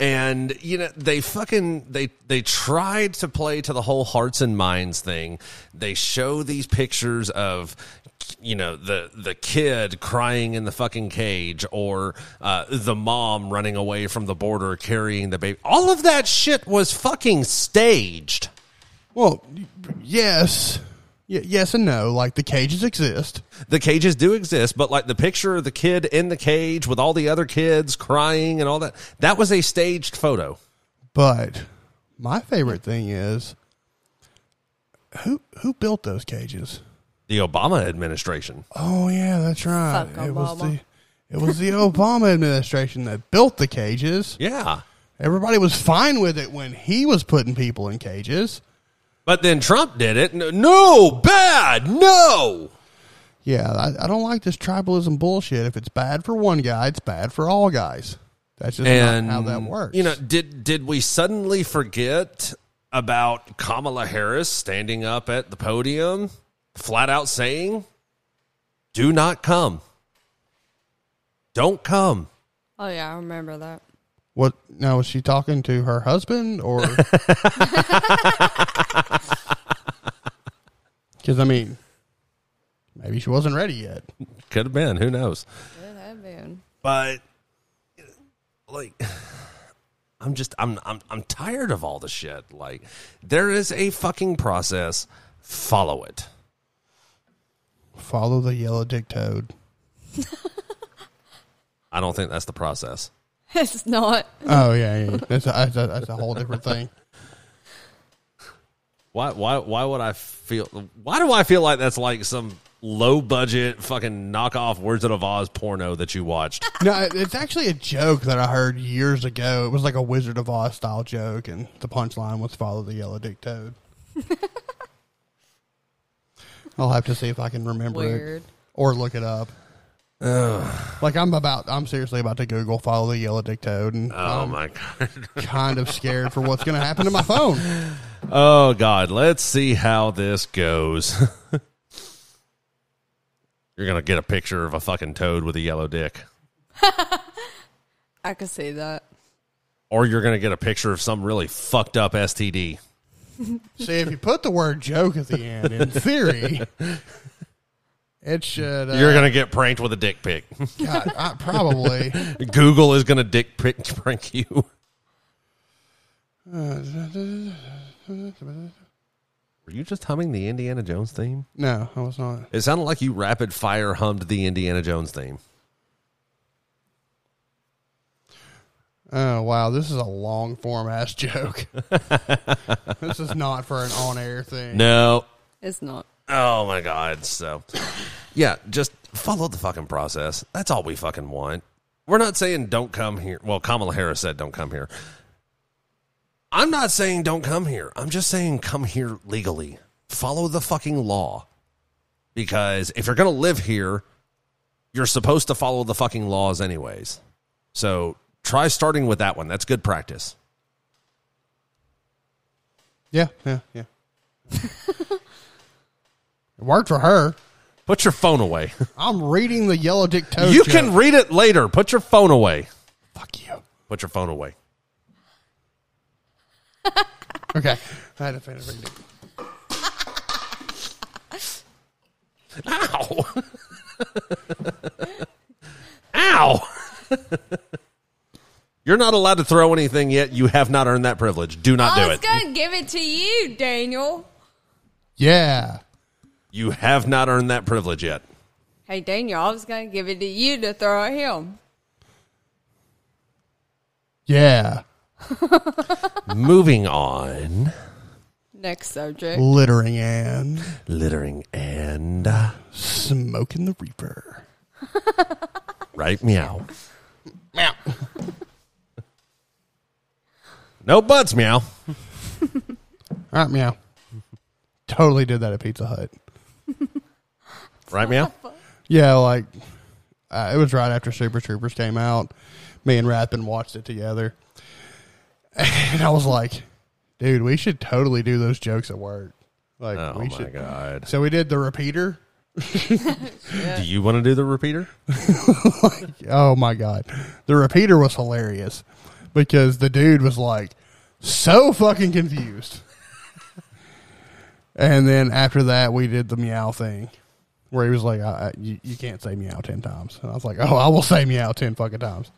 and you know they fucking they they tried to play to the whole hearts and minds thing they show these pictures of you know the the kid crying in the fucking cage or uh, the mom running away from the border carrying the baby all of that shit was fucking staged well, y- yes. Y- yes and no. Like the cages exist. the cages do exist but like the picture of the kid in the cage with all the other kids crying and all that that was a staged photo But my favorite thing is who who built those cages? the obama administration Oh yeah, that's right. Fuck it was Obama. the it was the Obama administration that built the cages. yeah Everybody was fine with it when he was putting people in cages. But then Trump did it. N- No, bad, no. Yeah, I, I don't like this tribalism bullshit. If it's bad for one guy, it's bad for all guys. That's just And not how that works. You know, did did we suddenly forget about Kamala Harris standing up at the podium, flat out saying, "Do not come. Don't come." Oh yeah, I remember that. what? Now was she talking to her husband or? Because I mean, maybe she wasn't ready yet. Could have been. Who knows? It had been. But like. I'm just I'm I'm I'm tired of all the shit. Like there is a fucking process. Follow it. Follow the yellow dick toad. I don't think that's the process. It's not. Oh yeah, yeah. That's a, that's, a, that's a whole different thing. Why why why would I feel why do I feel like that's like some low budget fucking knockoff Words Out of Oz porno that you watched? No, it- it's actually a joke that I heard years ago. It was like a Wizard of Oz style joke, and the punchline was "Follow the yellow dick toad." I'll have to see if I can remember it Weird. or look it up. Like I'm about, I'm seriously about to Google follow the yellow dick toad, and Oh I'm my god. kind of scared for what's going to happen to my phone. Oh god, let's see how this goes. You're going to get a picture of a fucking toad with a yellow dick. I could see that. Or you're going to get a picture of some really fucked up STD. See, if you put the word joke at the end, in theory, it should. Uh, You're going to get pranked with a dick pic. God, I, probably. Google is going to dick pic prank you. Were you just humming the Indiana Jones theme? No, I was not. It sounded like you rapid fire hummed the Indiana Jones theme. Oh wow, this is a long form ass joke. this is not for an on air thing. No. It's not. Oh my god. So yeah, just follow the fucking process. That's all we fucking want. We're not saying don't come here. Well, Kamala Harris said don't come here. I'm not saying don't come here. I'm just saying come here legally. Follow the fucking law. Because if you're going to live here, you're supposed to follow the fucking laws anyways. So try starting with that one. That's good practice. Yeah, yeah, yeah. it worked for her. Put your phone away. I'm reading the yellow dick toad. you joke. can read it later. Put your phone away. fuck you. Put your phone away. Okay, I had to finish reading. it. Ow. Ow. You're not allowed to throw anything yet. You have not earned that privilege. Do not I do was it. gonna give it to you, Daniel. Yeah, You have not earned that privilege yet. Hey, Daniel, I was gonna give it to you to throw at him. yeah. Moving on. Next subject. Littering and Littering and uh, smoking the reaper. right meow. Meow. No buts, meow. All right, meow. Totally did that at Pizza Hut. Right meow? Yeah, like uh, it was right after Super Troopers came out. Me and Rapin watched it together, and I was like, "Dude, we should totally do those jokes at work." Like, Oh we my should. god. So we did the repeater. Do you want to do the repeater? Oh my god, the repeater was hilarious because the dude was like so fucking confused. and then after that, we did the meow thing, where he was like, I, I, you, "You can't say meow ten times," and I was like, "Oh, I will say meow ten fucking times."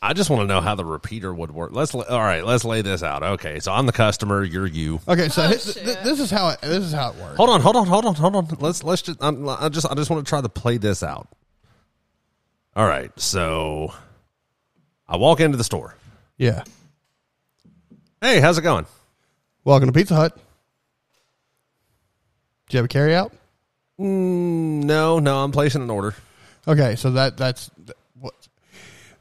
I just want to know how the repeater would work. Let's la- all right, let's lay this out. Okay, so I'm the customer, you're you. Okay, so Oh, th- th- shit. this is how it, this is how it works. Hold on, hold on, hold on, hold on. Let's let's just I'm, I just I just want to try to play this out. All right, so I walk into the store. Yeah, Hey, how's it going? welcome to Pizza Hut. Do you have a carry out? Mm, no, no, I'm placing an order. Okay, so that that's th- what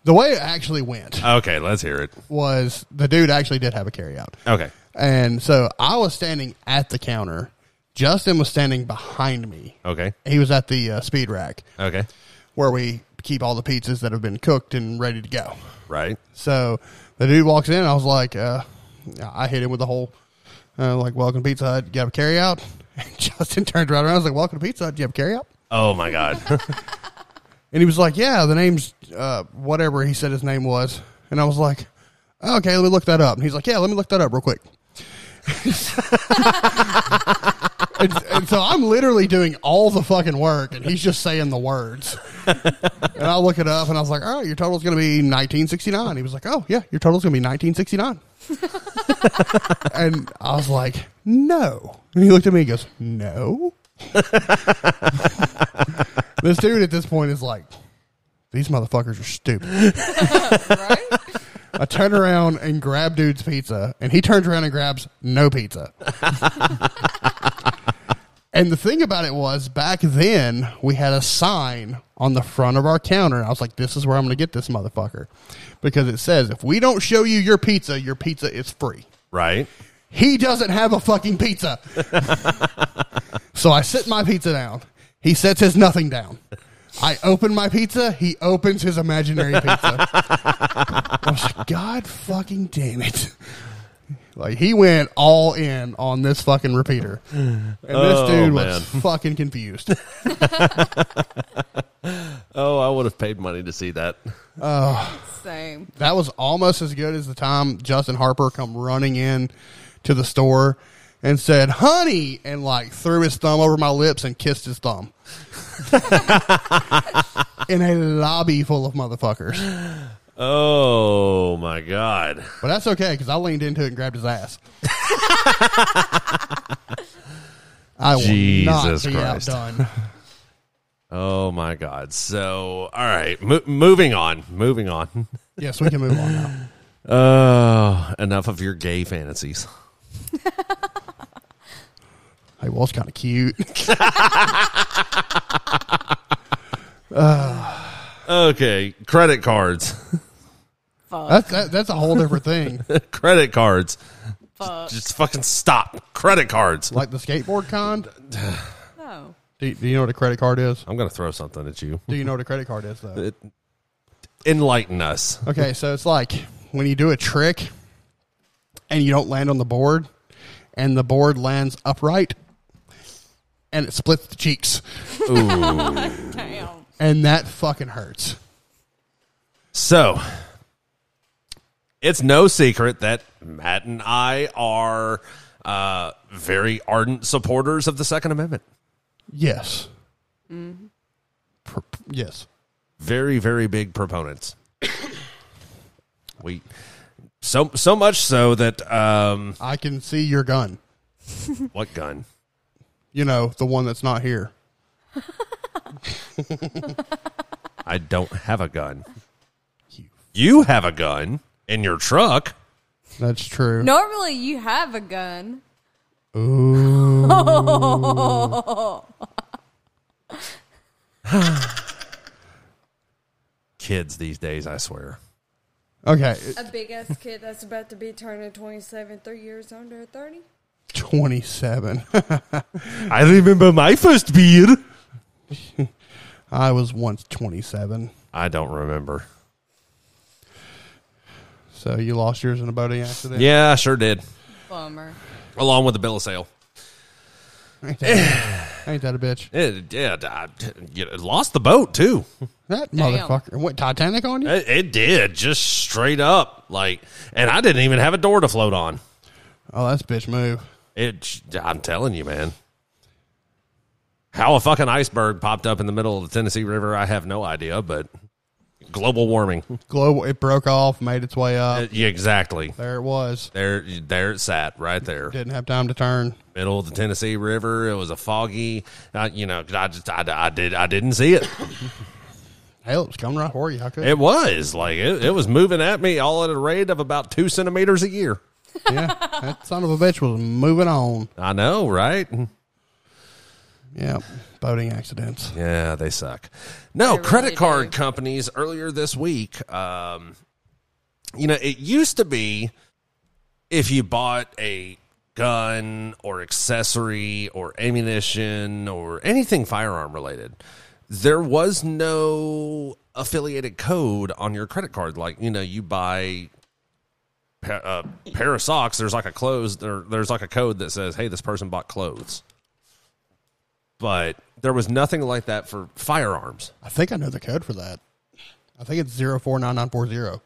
the way it actually went Okay, let's hear it. was the dude actually did have a carry out. Okay, And so I was standing at the counter. Justin was standing behind me. okay, He was at the uh, speed rack okay. where we keep all the pizzas that have been cooked and ready to go. Right. So the dude walks in. I was like, uh, I hit him with the whole, uh, like, welcome to Pizza Hut. You have a carry out? And Justin turned right around. I was like, welcome to Pizza Hut. Do you have a carry out? Oh my god. And he was like, yeah, the name's uh, whatever he said his name was. And I was like, "Oh, okay, let me look that up. And he's like, yeah, let me look that up real quick. and, and so I'm literally doing all the fucking work, and he's just saying the words. and I look it up, and I was like, all right, your total's going to be 1969. He was like, oh, yeah, your total's going to be 1969. and I was like, no. And he looked at me and goes, no. this dude at this point is like, these motherfuckers are stupid. right? I turn around and grab dude's pizza, and he turns around and grabs no pizza. and the thing about it was, back then we had a sign on the front of our counter. I was like, "This is where I'm going to get this motherfucker," because it says, "If we don't show you your pizza, your pizza is free." right. He doesn't have a fucking pizza. So I sit my pizza down. He sets his nothing down. I open my pizza. He opens his imaginary pizza. I was like, God fucking damn it. Like, he went all in on this fucking repeater. And this man. dude was fucking confused. Oh, I would have paid money to see that. Same. That was almost as good as the time Justin Harper come running in to the store and said, honey, and like threw his thumb over my lips and kissed his thumb. in a lobby full of motherfuckers. Oh my god. But that's okay because I leaned into it and grabbed his ass. I will not Jesus be Christ. outdone. Oh my god. So, all right, mo- moving on. Moving on. Yes, we can move on now. Oh, enough of your gay fantasies. He was kind of cute. Okay, credit cards. Fuck. That's, that, that's a whole different thing. credit cards. fuck. Just fucking stop. Credit cards. Like the skateboard con. No. Do, do you know what a credit card is? I'm going to throw something at you. Do you know what a credit card is, though? It- enlighten us. Okay, so it's like when you do a trick and you don't land on the board, and the board lands upright, and it splits the cheeks, Damn. and that fucking hurts. So, it's no secret that Matt and I are uh, very ardent supporters of the Second Amendment. Yes. Pr- pr- yes. Very, very big proponents. we so so much so that um, I can see your gun. what gun? You know the one that's not here. I don't have a gun. You. You have a gun in your truck. That's true. Normally you have a gun. Kids these days, I swear. Okay, A big ass kid that's about to be turning 27, three years under 30. twenty-seven. I remember my first beer. I was once twenty-seven. I don't remember. So you lost yours in a boating accident. Yeah, I sure did. Bummer. Along with the bill of sale. Ain't that, ain't that a bitch? It, yeah, I, you know, lost the boat too. That Damn. motherfucker. What Titanic on you? It, it did just straight up like, and I didn't even have a door to float on. Oh, that's bitch move. It, I'm telling you, man. How a fucking iceberg popped up in the middle of the Tennessee River, I have no idea, but global warming. global it broke off made its way up Uh, yeah, exactly. there it was There, there it sat right there, didn't have time to turn middle of the Tennessee River. It was a foggy, uh, you know. I just, I, I did, I didn't see it. hell it was coming right for you how could It was like it, it was moving at me all at a rate of about two centimeters a year. yeah that son of a bitch was moving on I know, right? yeah boating accidents Yeah, they suck. No, really credit card do. companies earlier this week, um, you know, it used to be if you bought a gun or accessory or ammunition or anything firearm related, there was no affiliated code on your credit card. Like, you know, you buy pa- a pair of socks, there's like a clothes, there, there's like a code that says, hey, this person bought clothes. But there was nothing like that for firearms. i think i know the code for that i think it's 049940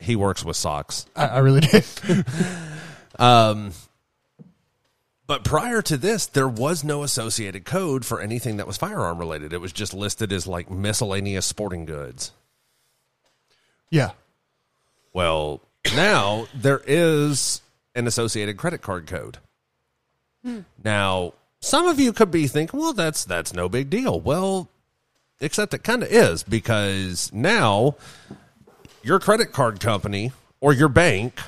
He works with socks. i, I really do But prior to this, there was no associated code for anything that was firearm related. It was just listed as like miscellaneous sporting goods. yeah Well, now there is an associated credit card code. Now, some of you could be thinking, "Well, that's that's no big deal." Well, except it kind of is because now your credit card company or your bank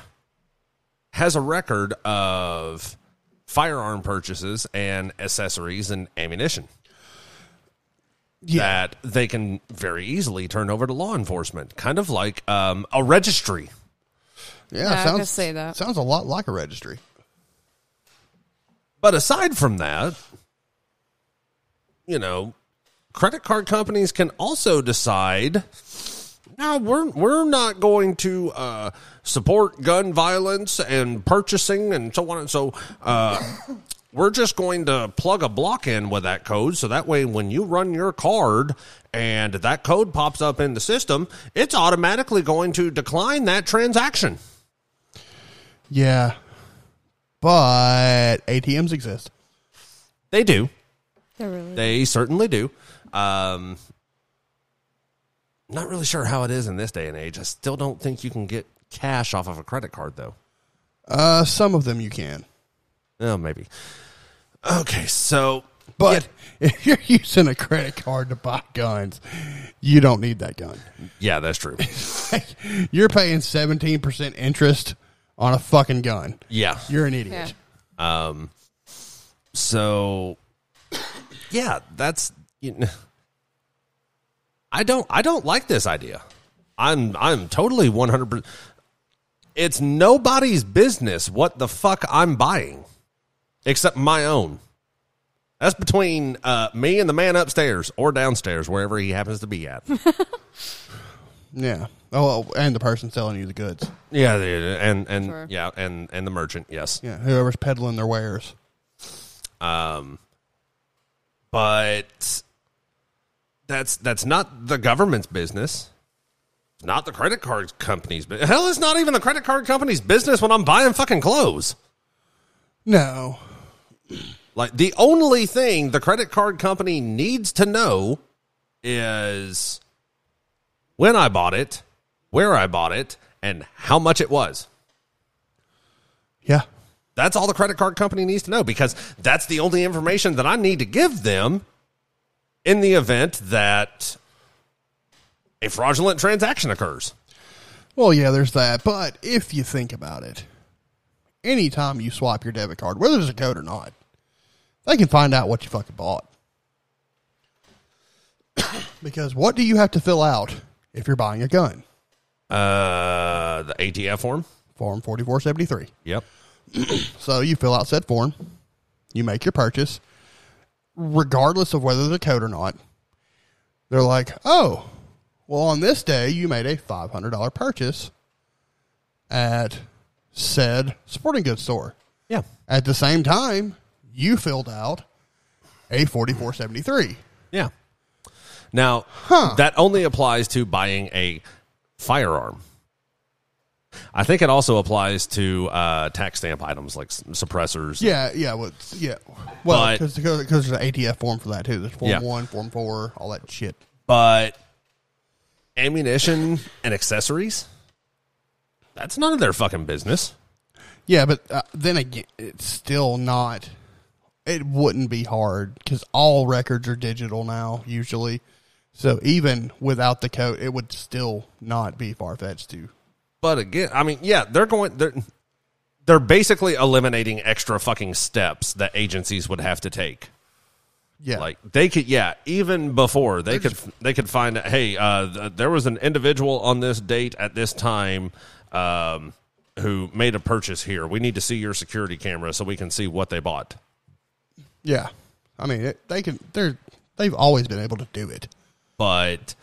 has a record of firearm purchases and accessories and ammunition yeah that they can very easily turn over to law enforcement, kind of like um, a registry. yeah I sounds can see that. sounds a lot like a registry But aside from that, you know, credit card companies can also decide no, we're we're not going to uh, support gun violence and purchasing and so on and so. Uh, we're just going to plug a block in with that code, so that way when you run your card and that code pops up in the system, it's automatically going to decline that transaction. Yeah. But ATMs exist. They do. They're really They certainly do. Um, not really sure how it is in this day and age. I still don't think you can get cash off of a credit card, though. Uh, some of them you can. Oh, maybe. Okay, so But if you're using a credit card to buy guns, you don't need that gun. yeah, that's true. you're paying 17% interest on a fucking gun. Yeah. You're an idiot. Um. So, yeah, that's. You know, I don't. I don't like this idea. I'm. I'm totally one hundred percent. It's nobody's business what the fuck I'm buying, except my own. That's between uh, me and the man upstairs or downstairs, wherever he happens to be at. Yeah. Oh, oh, and the person selling you the goods. yeah, the- and and Sure. yeah, and and the merchant, yes. Yeah, whoever's peddling their wares. but that's that's not the government's business. It's not the credit card company's business. Hell, it's not even the credit card company's business when I'm buying fucking clothes. No. Like the only thing the credit card company needs to know is when I bought it, where I bought it, and how much it was. Yeah. That's all the credit card company needs to know because that's the only information that I need to give them in the event that a fraudulent transaction occurs. Well, yeah, there's that. But if you think about it, anytime you swipe your debit card, whether there's a code or not, they can find out what you fucking bought. because what do you have to fill out if you're buying a gun? Uh, the ATF form. Form 4473. Yep. So you fill out said form, you make your purchase, regardless of whether there's a code or not. They're like, oh, well, on this day, you made a $500 purchase at said sporting goods store. Yeah. At the same time, you filled out a 4473. Yeah. Now, that only applies to buying a firearm. I think it also applies to uh, tax stamp items like s- suppressors. Yeah, yeah, well, it's- yeah. Well, But- because there's an ATF form for that too. There's form Yeah. one, form four, all that shit. but ammunition and accessories that's none of their fucking business Yeah, but uh, then again, it's still not. It wouldn't be hard because all records are digital now, usually. So even without the code, it would still not be far fetched to. but again i mean yeah they're going they're they're basically eliminating extra fucking steps that agencies would have to take Yeah, like they could yeah even before they could they could find out hey uh, th- there was an individual on this date at this time um, who made a purchase here we need to see your security camera so we can see what they bought yeah. I mean, it, they can. They're they've always been able to do it. but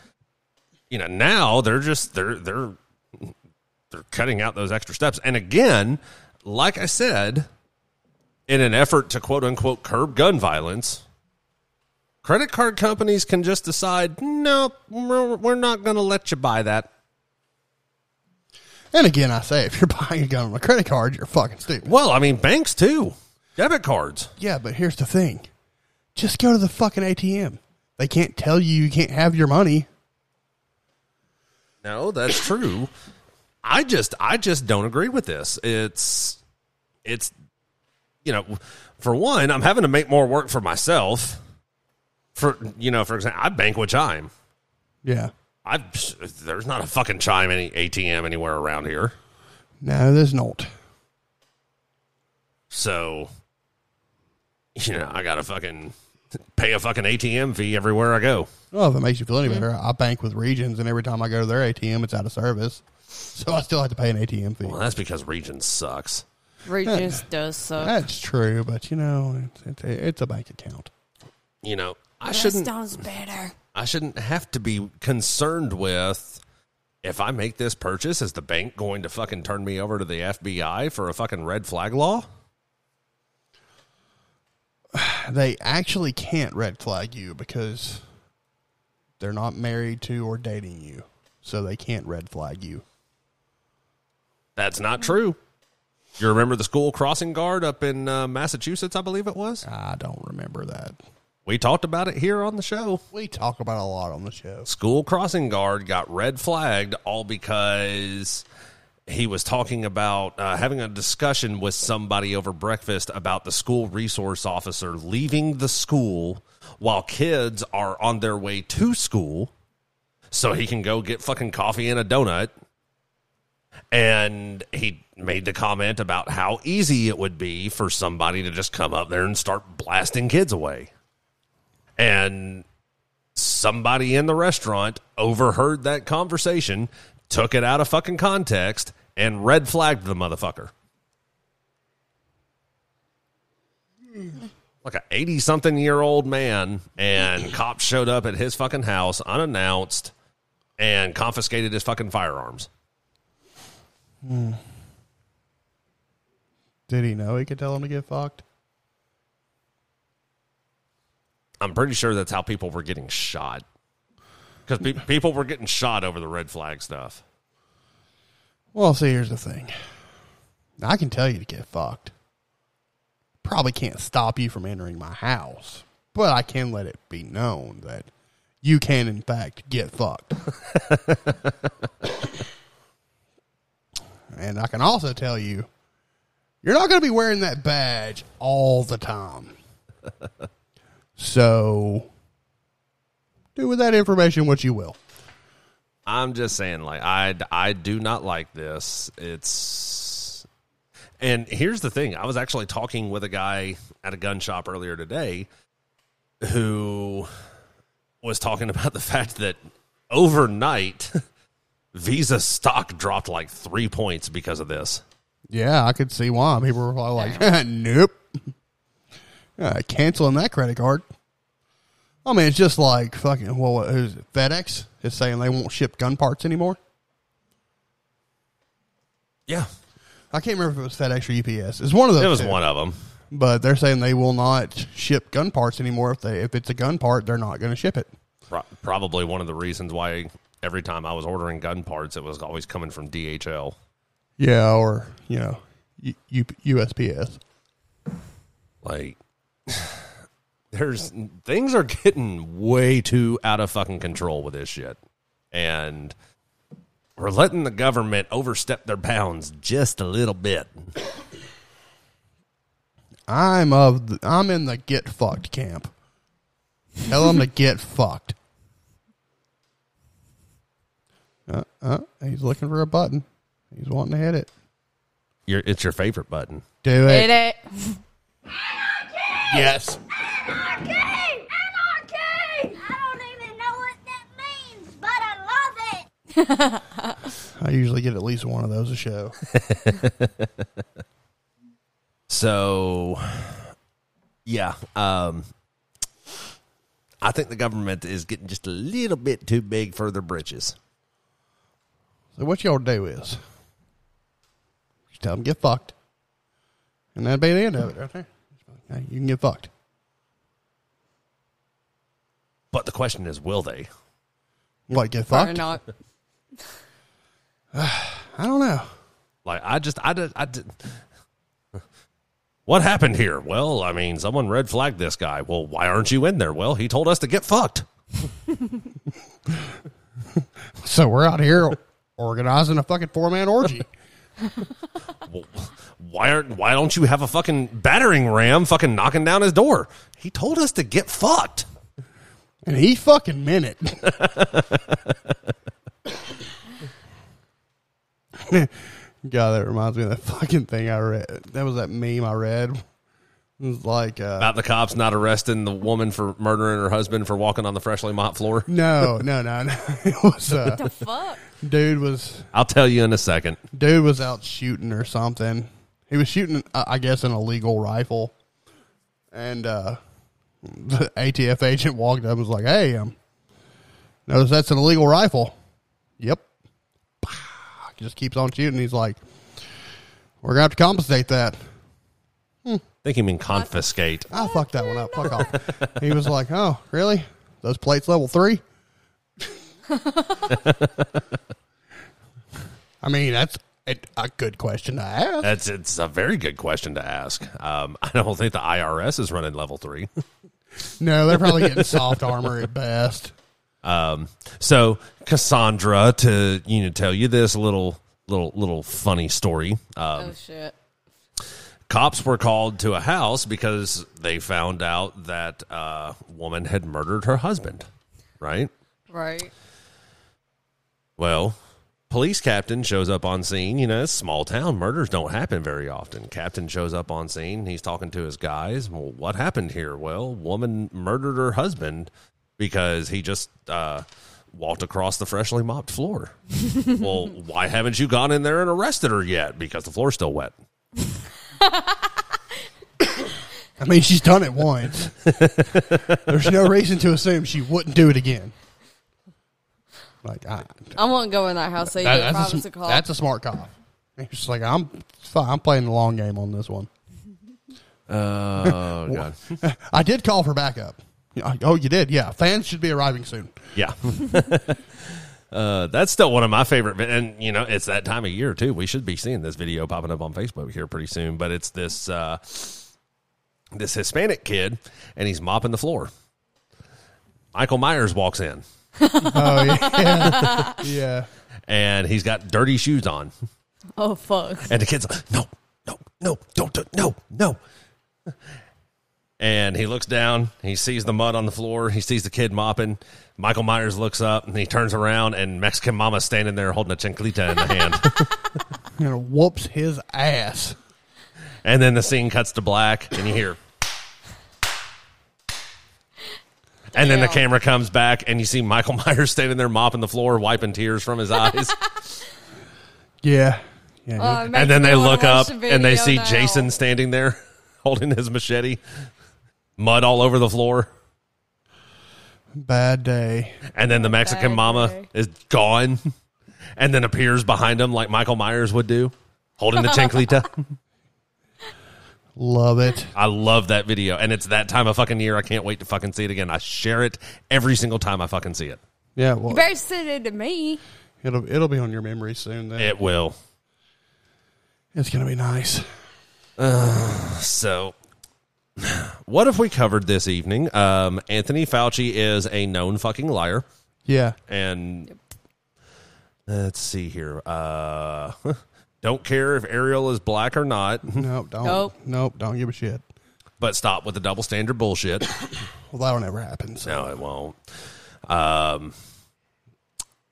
you know now they're just they're they're they're cutting out those extra steps and again like i said in an effort to quote unquote curb gun violence credit card companies can just decide no we're we're not going to let you buy that And again, I say, if you're buying a gun on a credit card, you're fucking stupid. well i mean banks too debit cards Yeah, but here's the thing: just go to the fucking ATM. They can't tell you you can't have your money. No, that's true. I just I just don't agree with this. It's it's you know, for one, I'm having to make more work for myself. For you know, for example, I bank with Chime. Yeah. I there's not a fucking Chime any ATM anywhere around here. No, there's not. So you know, I got to fucking pay a fucking ATM fee everywhere I go. Well, if it makes you feel any better, I bank with Regions, and every time I go to their ATM, it's out of service. So I still have to pay an ATM fee. Well, that's because Regions sucks. Regis does suck. That's true, but you know, it's, it's, it's a bank account. You know, I shouldn't. Redstone's better. I shouldn't have to be concerned with if I make this purchase. Is the bank going to fucking turn me over to the FBI for a fucking red flag law? They actually can't red flag you because they're not married to or dating you, so they can't red flag you. That's not true. You remember the school crossing guard up in uh, Massachusetts, I believe it was? I don't remember that. We talked about it here on the show. We talk about it a lot on the show. School crossing guard got red flagged all because he was talking about uh, having a discussion with somebody over breakfast about the school resource officer leaving the school while kids are on their way to school so he can go get fucking coffee and a donut. And he made the comment about how easy it would be for somebody to just come up there and start blasting kids away. And somebody in the restaurant overheard that conversation, took it out of fucking context, and red flagged the motherfucker. Like an 80 something year old man, and cops showed up at his fucking house unannounced and confiscated his fucking firearms. Did he know he could tell him to get fucked? I'm pretty sure that's how people were getting shot. Because pe- people were getting shot over the red flag stuff. Well, see, here's the thing. I can tell you to get fucked. Probably can't stop you from entering my house, but I can let it be known that you can, in fact, get fucked. and I can also tell you, you're not going to be wearing that badge all the time. so, do with that information what you will. I'm just saying, like, I, I do not like this. It's. And here's the thing I was actually talking with a guy at a gun shop earlier today who was talking about the fact that overnight Visa stock dropped like three points because of this. Yeah, I could see why. People were probably like, nope. Uh, canceling that credit card. I mean, it's just like fucking, well, what, who's it? FedEx is saying they won't ship gun parts anymore. Yeah. I can't remember if it was FedEx or UPS. It's one of those. It was two. one of them. But they're saying they will not ship gun parts anymore. If they if it's a gun part, they're not going to ship it. Pro- probably one of the reasons why every time I was ordering gun parts, it was always coming from DHL. Yeah, or, you know, U- U- USPS. Like, there's things are getting way too out of fucking control with this shit, and we're letting the government overstep their bounds just a little bit. I'm of the, I'm in the get fucked camp. Tell him to get fucked. Uh, uh, he's looking for a button. He's wanting to hit it. Your, it's your favorite button. Do Hit it. it. Yes. Anarchy! Anarchy! I don't even know what that means, but I love it! I usually get at least one of those a show. So, yeah, um, I think the government is getting just a little bit too big for their britches. So what y'all do is, just tell him get fucked, and that'd be the end of it right there. Hey, you can get fucked. But the question is, will they? What get Or fucked? not. I don't know. Like, I just, I did, I did. What happened here? Well, I mean, someone red flagged this guy. Well, why aren't you in there? Well, he told us to get fucked. So we're out here organizing a fucking four man orgy. Well, why aren't, why don't you have a fucking battering ram fucking knocking down his door? He told us to get fucked. And he fucking meant it. God, that reminds me of that fucking thing I read. That was that meme I read. It was like, uh, About the cops not arresting the woman for murdering her husband for walking on the freshly mopped floor. no, no, no, no. It was uh, The fuck? dude was I'll tell you in a second. dude was out shooting or something. He He was shooting, uh, I guess, an illegal rifle, and uh, the ATF agent walked up and was like, "Hey, um, notice that's an illegal rifle." Yep. Pow. He Just keeps on shooting. He's like, "We're gonna have to compensate that." think you mean confiscate. I fucked that one up. Fuck off. He was like, "Oh, really? Those plates level three? I mean, that's a, a good question to ask. That's it's a very good question to ask. Um, I don't think the IRS is running level three. No, they're probably getting soft armor at best. Um, so Cassandra, to you know, tell you this little little little funny story. Um, Oh shit. cops were called to a house because they found out that a woman had murdered her husband. Right. Right. Well, police captain shows up on scene. You know, it's a small town. Murders don't happen very often. Captain shows up on scene. He's talking to his guys. Well, what happened here? Well, woman murdered her husband because he just uh, walked across the freshly mopped floor. well, why haven't you gone in there and arrested her yet? Because the floor's still wet. I mean, she's done it once. There's no reason to assume she wouldn't do it again. Like, I, I won't go in that house either. that- if I that's, a, was sm- a cop. that's a smart cop. He's just like, I'm, it's fine. I'm playing the long game on this one. Oh, God. I did call for backup. Yeah, Oh, you did? Yeah. Fans should be arriving soon. Yeah. Uh, that's still one of my favorite, vi- and you know it's that time of year too. We should be seeing this video popping up on Facebook here pretty soon. But it's this uh, this Hispanic kid, and he's mopping the floor. Michael Myers walks in, Oh, yeah. yeah. and he's got dirty shoes on, oh fuck. and the kid's like, "No, no, no, don't, do- no, no." And he looks down. He sees the mud on the floor. He sees the kid mopping. Michael Myers looks up and he turns around, and Mexican Mama's standing there holding a chanclita in the hand. You know, whoops his ass. And then the scene cuts to black, and you hear. And then the Damn. camera comes back, and you see Michael Myers standing there mopping the floor, wiping tears from his eyes. Yeah. Yeah. Oh, it makes and then me they wanna look watch up, the and they video see now. Jason standing there holding his machete, mud all over the floor. Bad day. And then the Mexican Bad mama day. is gone, and then appears behind him like Michael Myers would do, holding the chanclita. Love it. I love that video, and it's that time of fucking year. I can't wait to fucking see it again. I share it every single time I fucking see it. Yeah. Well, You better send it to me. it'll, it'll be on your memory soon. Then. It will. It's going to be nice. So, what have we covered this evening? Um, Anthony Fauci is a known fucking liar. Yeah. And let's see here. Uh, don't care if Ariel is black or not, Nope. Don't. Nope. Nope. Don't give a shit. but stop with the double standard bullshit. Well, that'll never happen. So. No, it won't. Um,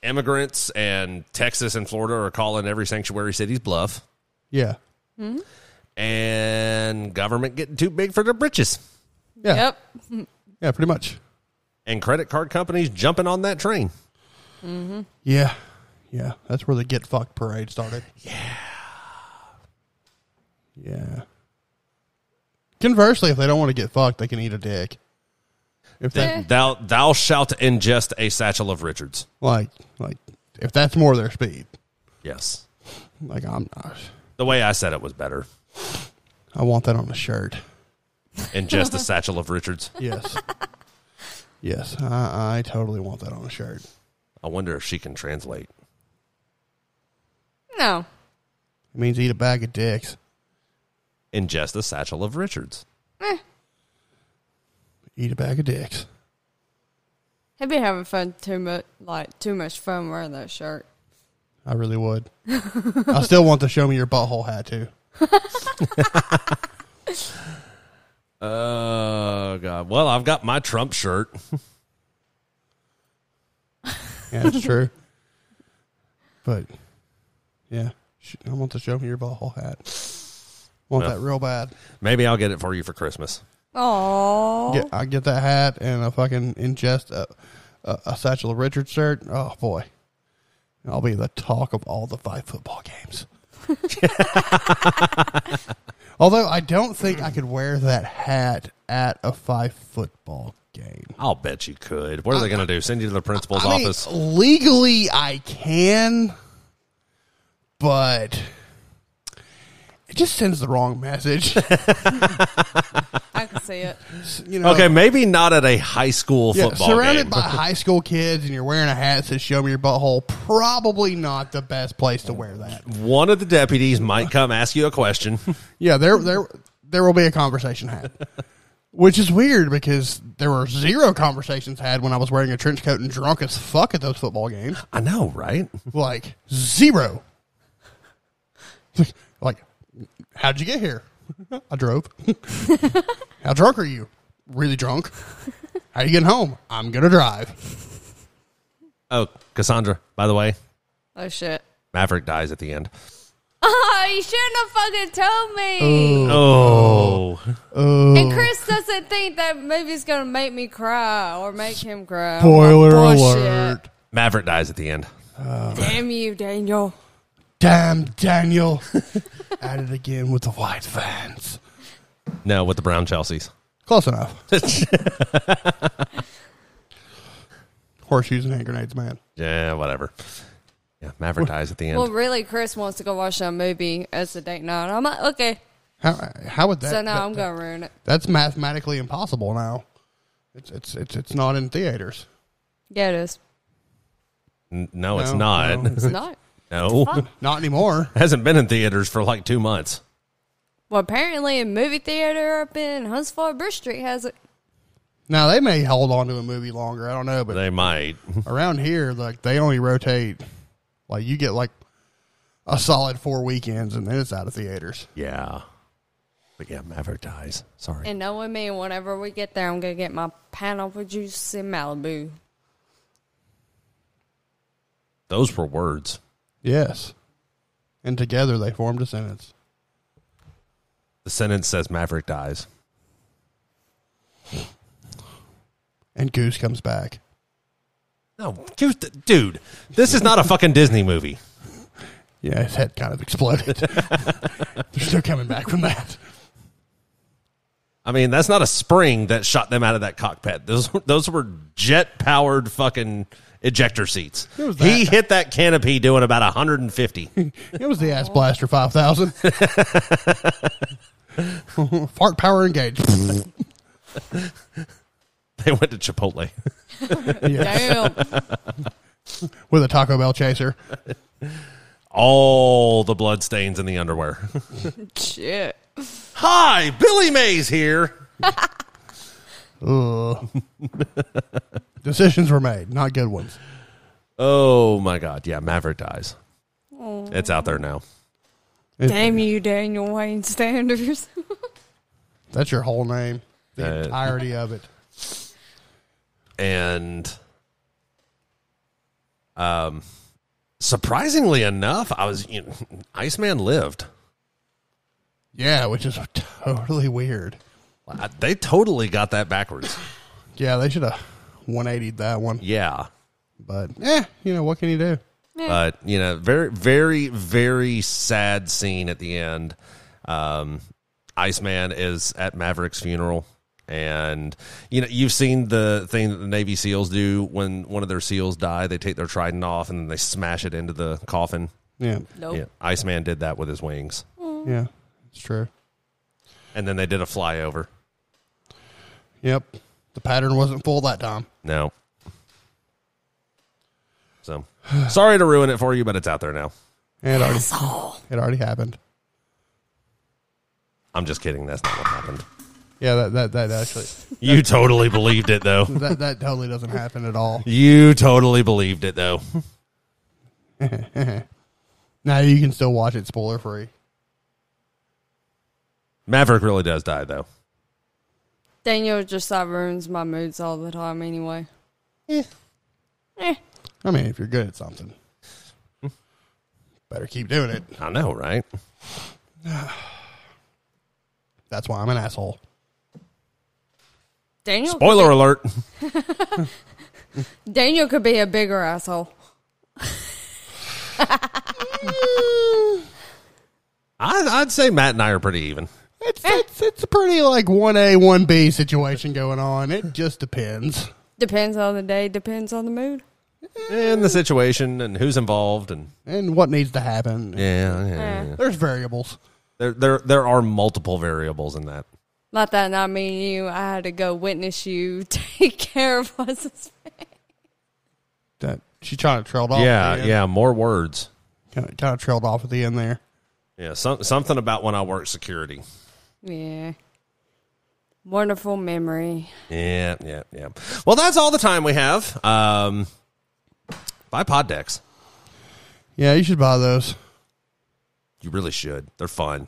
immigrants and Texas and Florida are calling every sanctuary city's bluff. Yeah. And government getting too big for their britches. Yeah. Yep. Yeah. Pretty much. And credit card companies jumping on that train. Yeah. Yeah. That's where the get fucked parade started. Yeah. Yeah. Conversely, if they don't want to get fucked, they can eat a dick. If that Eh. Thou thou shalt ingest a satchel of Richards. like like if that's more their speed, Yes. like I'm not. The way I said it was better. I want that on a shirt. Ingest a satchel of Richards. Yes. yes. I, I totally want that on a shirt. I wonder if she can translate. No. It means eat a bag of dicks. Ingest a satchel of Richards. Eat a bag of dicks. He'd be having fun too much, like too much fun wearing that shirt. I really would. I still want the show me your butthole hat too. Oh god. Well, I've got my Trump shirt. Yeah, it's true. But yeah, sh- I want the show me your butthole hat. Want Well. that real bad. Maybe I'll get it for you for Christmas. Oh. Get, I get that hat and I fucking ingest a, a, a satchel of Richard shirt. Oh boy, I'll be the talk of all the five football games. Although I don't think I could wear that hat at a five football game. I'll bet you could. What are they going to do? Send you to the principal's I mean, office? legally, I can, but it just sends the wrong message. I can see it. you know, Okay, maybe not at a high school uh, yeah, football surrounded game. by high school kids, and you're wearing a hat that says "Show me your butthole." Probably not the best place to wear that. One of the deputies might come ask you a question. Yeah, there, there, there will be a conversation had, which is weird because there were zero conversations had when I was wearing a trench coat and drunk as fuck at those football games. I know, right? like zero. like, how'd you get here? I drove. How drunk are you? Really drunk. How you getting home? I'm gonna drive. Oh, Cassandra, by the way, Oh shit. Maverick dies at the end. Oh, you shouldn't have fucking told me. Oh. And Chris doesn't think that movie's gonna make me cry or make him cry. Spoiler Bullshit. alert. Maverick dies at the end. Damn you, Daniel. Damn Daniel. At it again with the white fans. No, with the brown Chelseas. Close enough. Horseshoes and hand grenades, man. yeah, whatever. Yeah, Maverick dies at the end. Well, really, Chris wants to go watch that movie as a date night. I'm like, okay. How, how would that? So now that- I'm gonna ruin it. That's mathematically impossible. Now, it's it's it's it's not in theaters. Yeah, it is. N- no, it's No, not. no. It's not. No. Not anymore. Hasn't been in theaters for like two months. Well, apparently, a movie theater up in Huntsville, Bridge Street has it. Now they may hold on to a movie longer. I don't know, but They might. around here, like they only rotate. Like you get like a solid four weekends, and then it's out of theaters. Yeah. But yeah, Maverick dies. Sorry. And knowing me, whenever we get there, I'm gonna get my pineapple juice in Malibu. Those were words. Yes, and together they formed a sentence. The sentence says Maverick dies. And Goose comes back. No, dude, dude, this is not a fucking Disney movie. Yeah, his head kind of exploded. There's no coming back from that. I mean, that's not a spring that shot them out of that cockpit. Those those were jet powered fucking ejector seats. was that. He hit that canopy doing about 150. It was the ass blaster five thousand. Fart power engaged. they went to Chipotle. yes. Damn. With a Taco Bell chaser. All the blood stains in the underwear. Shit. Hi, Billy Mays here. Ugh. Decisions were made, not good ones. Oh my god, yeah, Maverick dies. It's out there now. Damn you, Daniel Wayne Sanders. That's your whole name, the Uh, entirety of it. and um surprisingly enough i was you know, iceman lived Yeah, which is totally weird. I- they totally got that backwards Yeah, they should have 180'd that one. yeah But, eh, you know, what can you do? but Uh, you know very very very sad scene at the end um iceman is at maverick's funeral and you know you've seen the thing that the navy seals do when one of their seals die they take their trident off and then they smash it into the coffin Yeah, Nope. yeah iceman did that with his wings yeah, it's true. and then they did a flyover Yep, the pattern wasn't full that time. No. So sorry to ruin it for you, but it's out there now. It already, Asshole. it already happened. I'm just kidding. That's not what happened. Yeah, that, that, that actually, You totally believed it, though. that, that totally doesn't happen at all. You totally believed it, though. Now you can still watch it spoiler free. Maverick really does die, though. Daniel just like ruins my moods all the time anyway. I mean, if you're good at something, better keep doing it. I know, right? That's why I'm an asshole. Daniel Spoiler alert. Daniel could be a bigger asshole. I'd, I'd say Matt and I are pretty even. It's, it's, it's a pretty like 1A, 1B situation going on. It just depends. Depends on the day, depends on the mood. And the situation and who's involved and And what needs to happen. yeah, yeah, yeah. There's variables. There there there are multiple variables in that. Not that not me and you. I had to go witness you take care of us. That she kind of trailed off. yeah, yeah, more words. Kind of, kind of trailed off at the end there. Yeah, some, something about when I worked security. Yeah. Wonderful memory. Yeah, yeah, yeah. Well, that's all the time we have. Um, buy pod decks. Yeah, you should buy those. You really should. They're fun.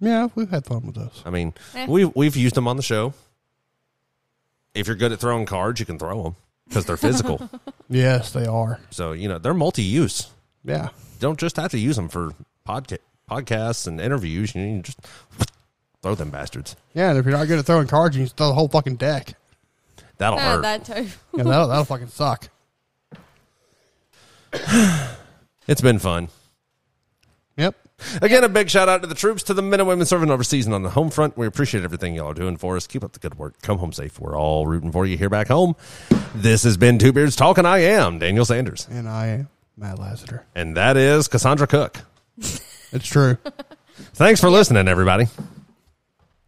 Yeah, we've had fun with those. I mean, Eh. we we've used them on the show. If you're good at throwing cards, you can throw them because they're physical. Yes, they are. so you know they're multi-use. Yeah. You don't just have to use them for podca- podcasts and interviews. You can just throw them bastards. Yeah, and if you're not good at throwing cards, you can throw the whole fucking deck. That'll Ah, hurt. that too. Yeah, that'll, that'll fucking suck. it's been fun. Yep. Again, a big shout out to the troops, to the men and women serving overseas and on the home front. We appreciate everything y'all are doing for us. Keep up the good work. Come home safe. We're all rooting for you here back home. This has been Two Beards Talking. I am Daniel Sanders. And I am Matt Lassiter. And that is Cassandra Cook. It's true. Thanks for listening, everybody.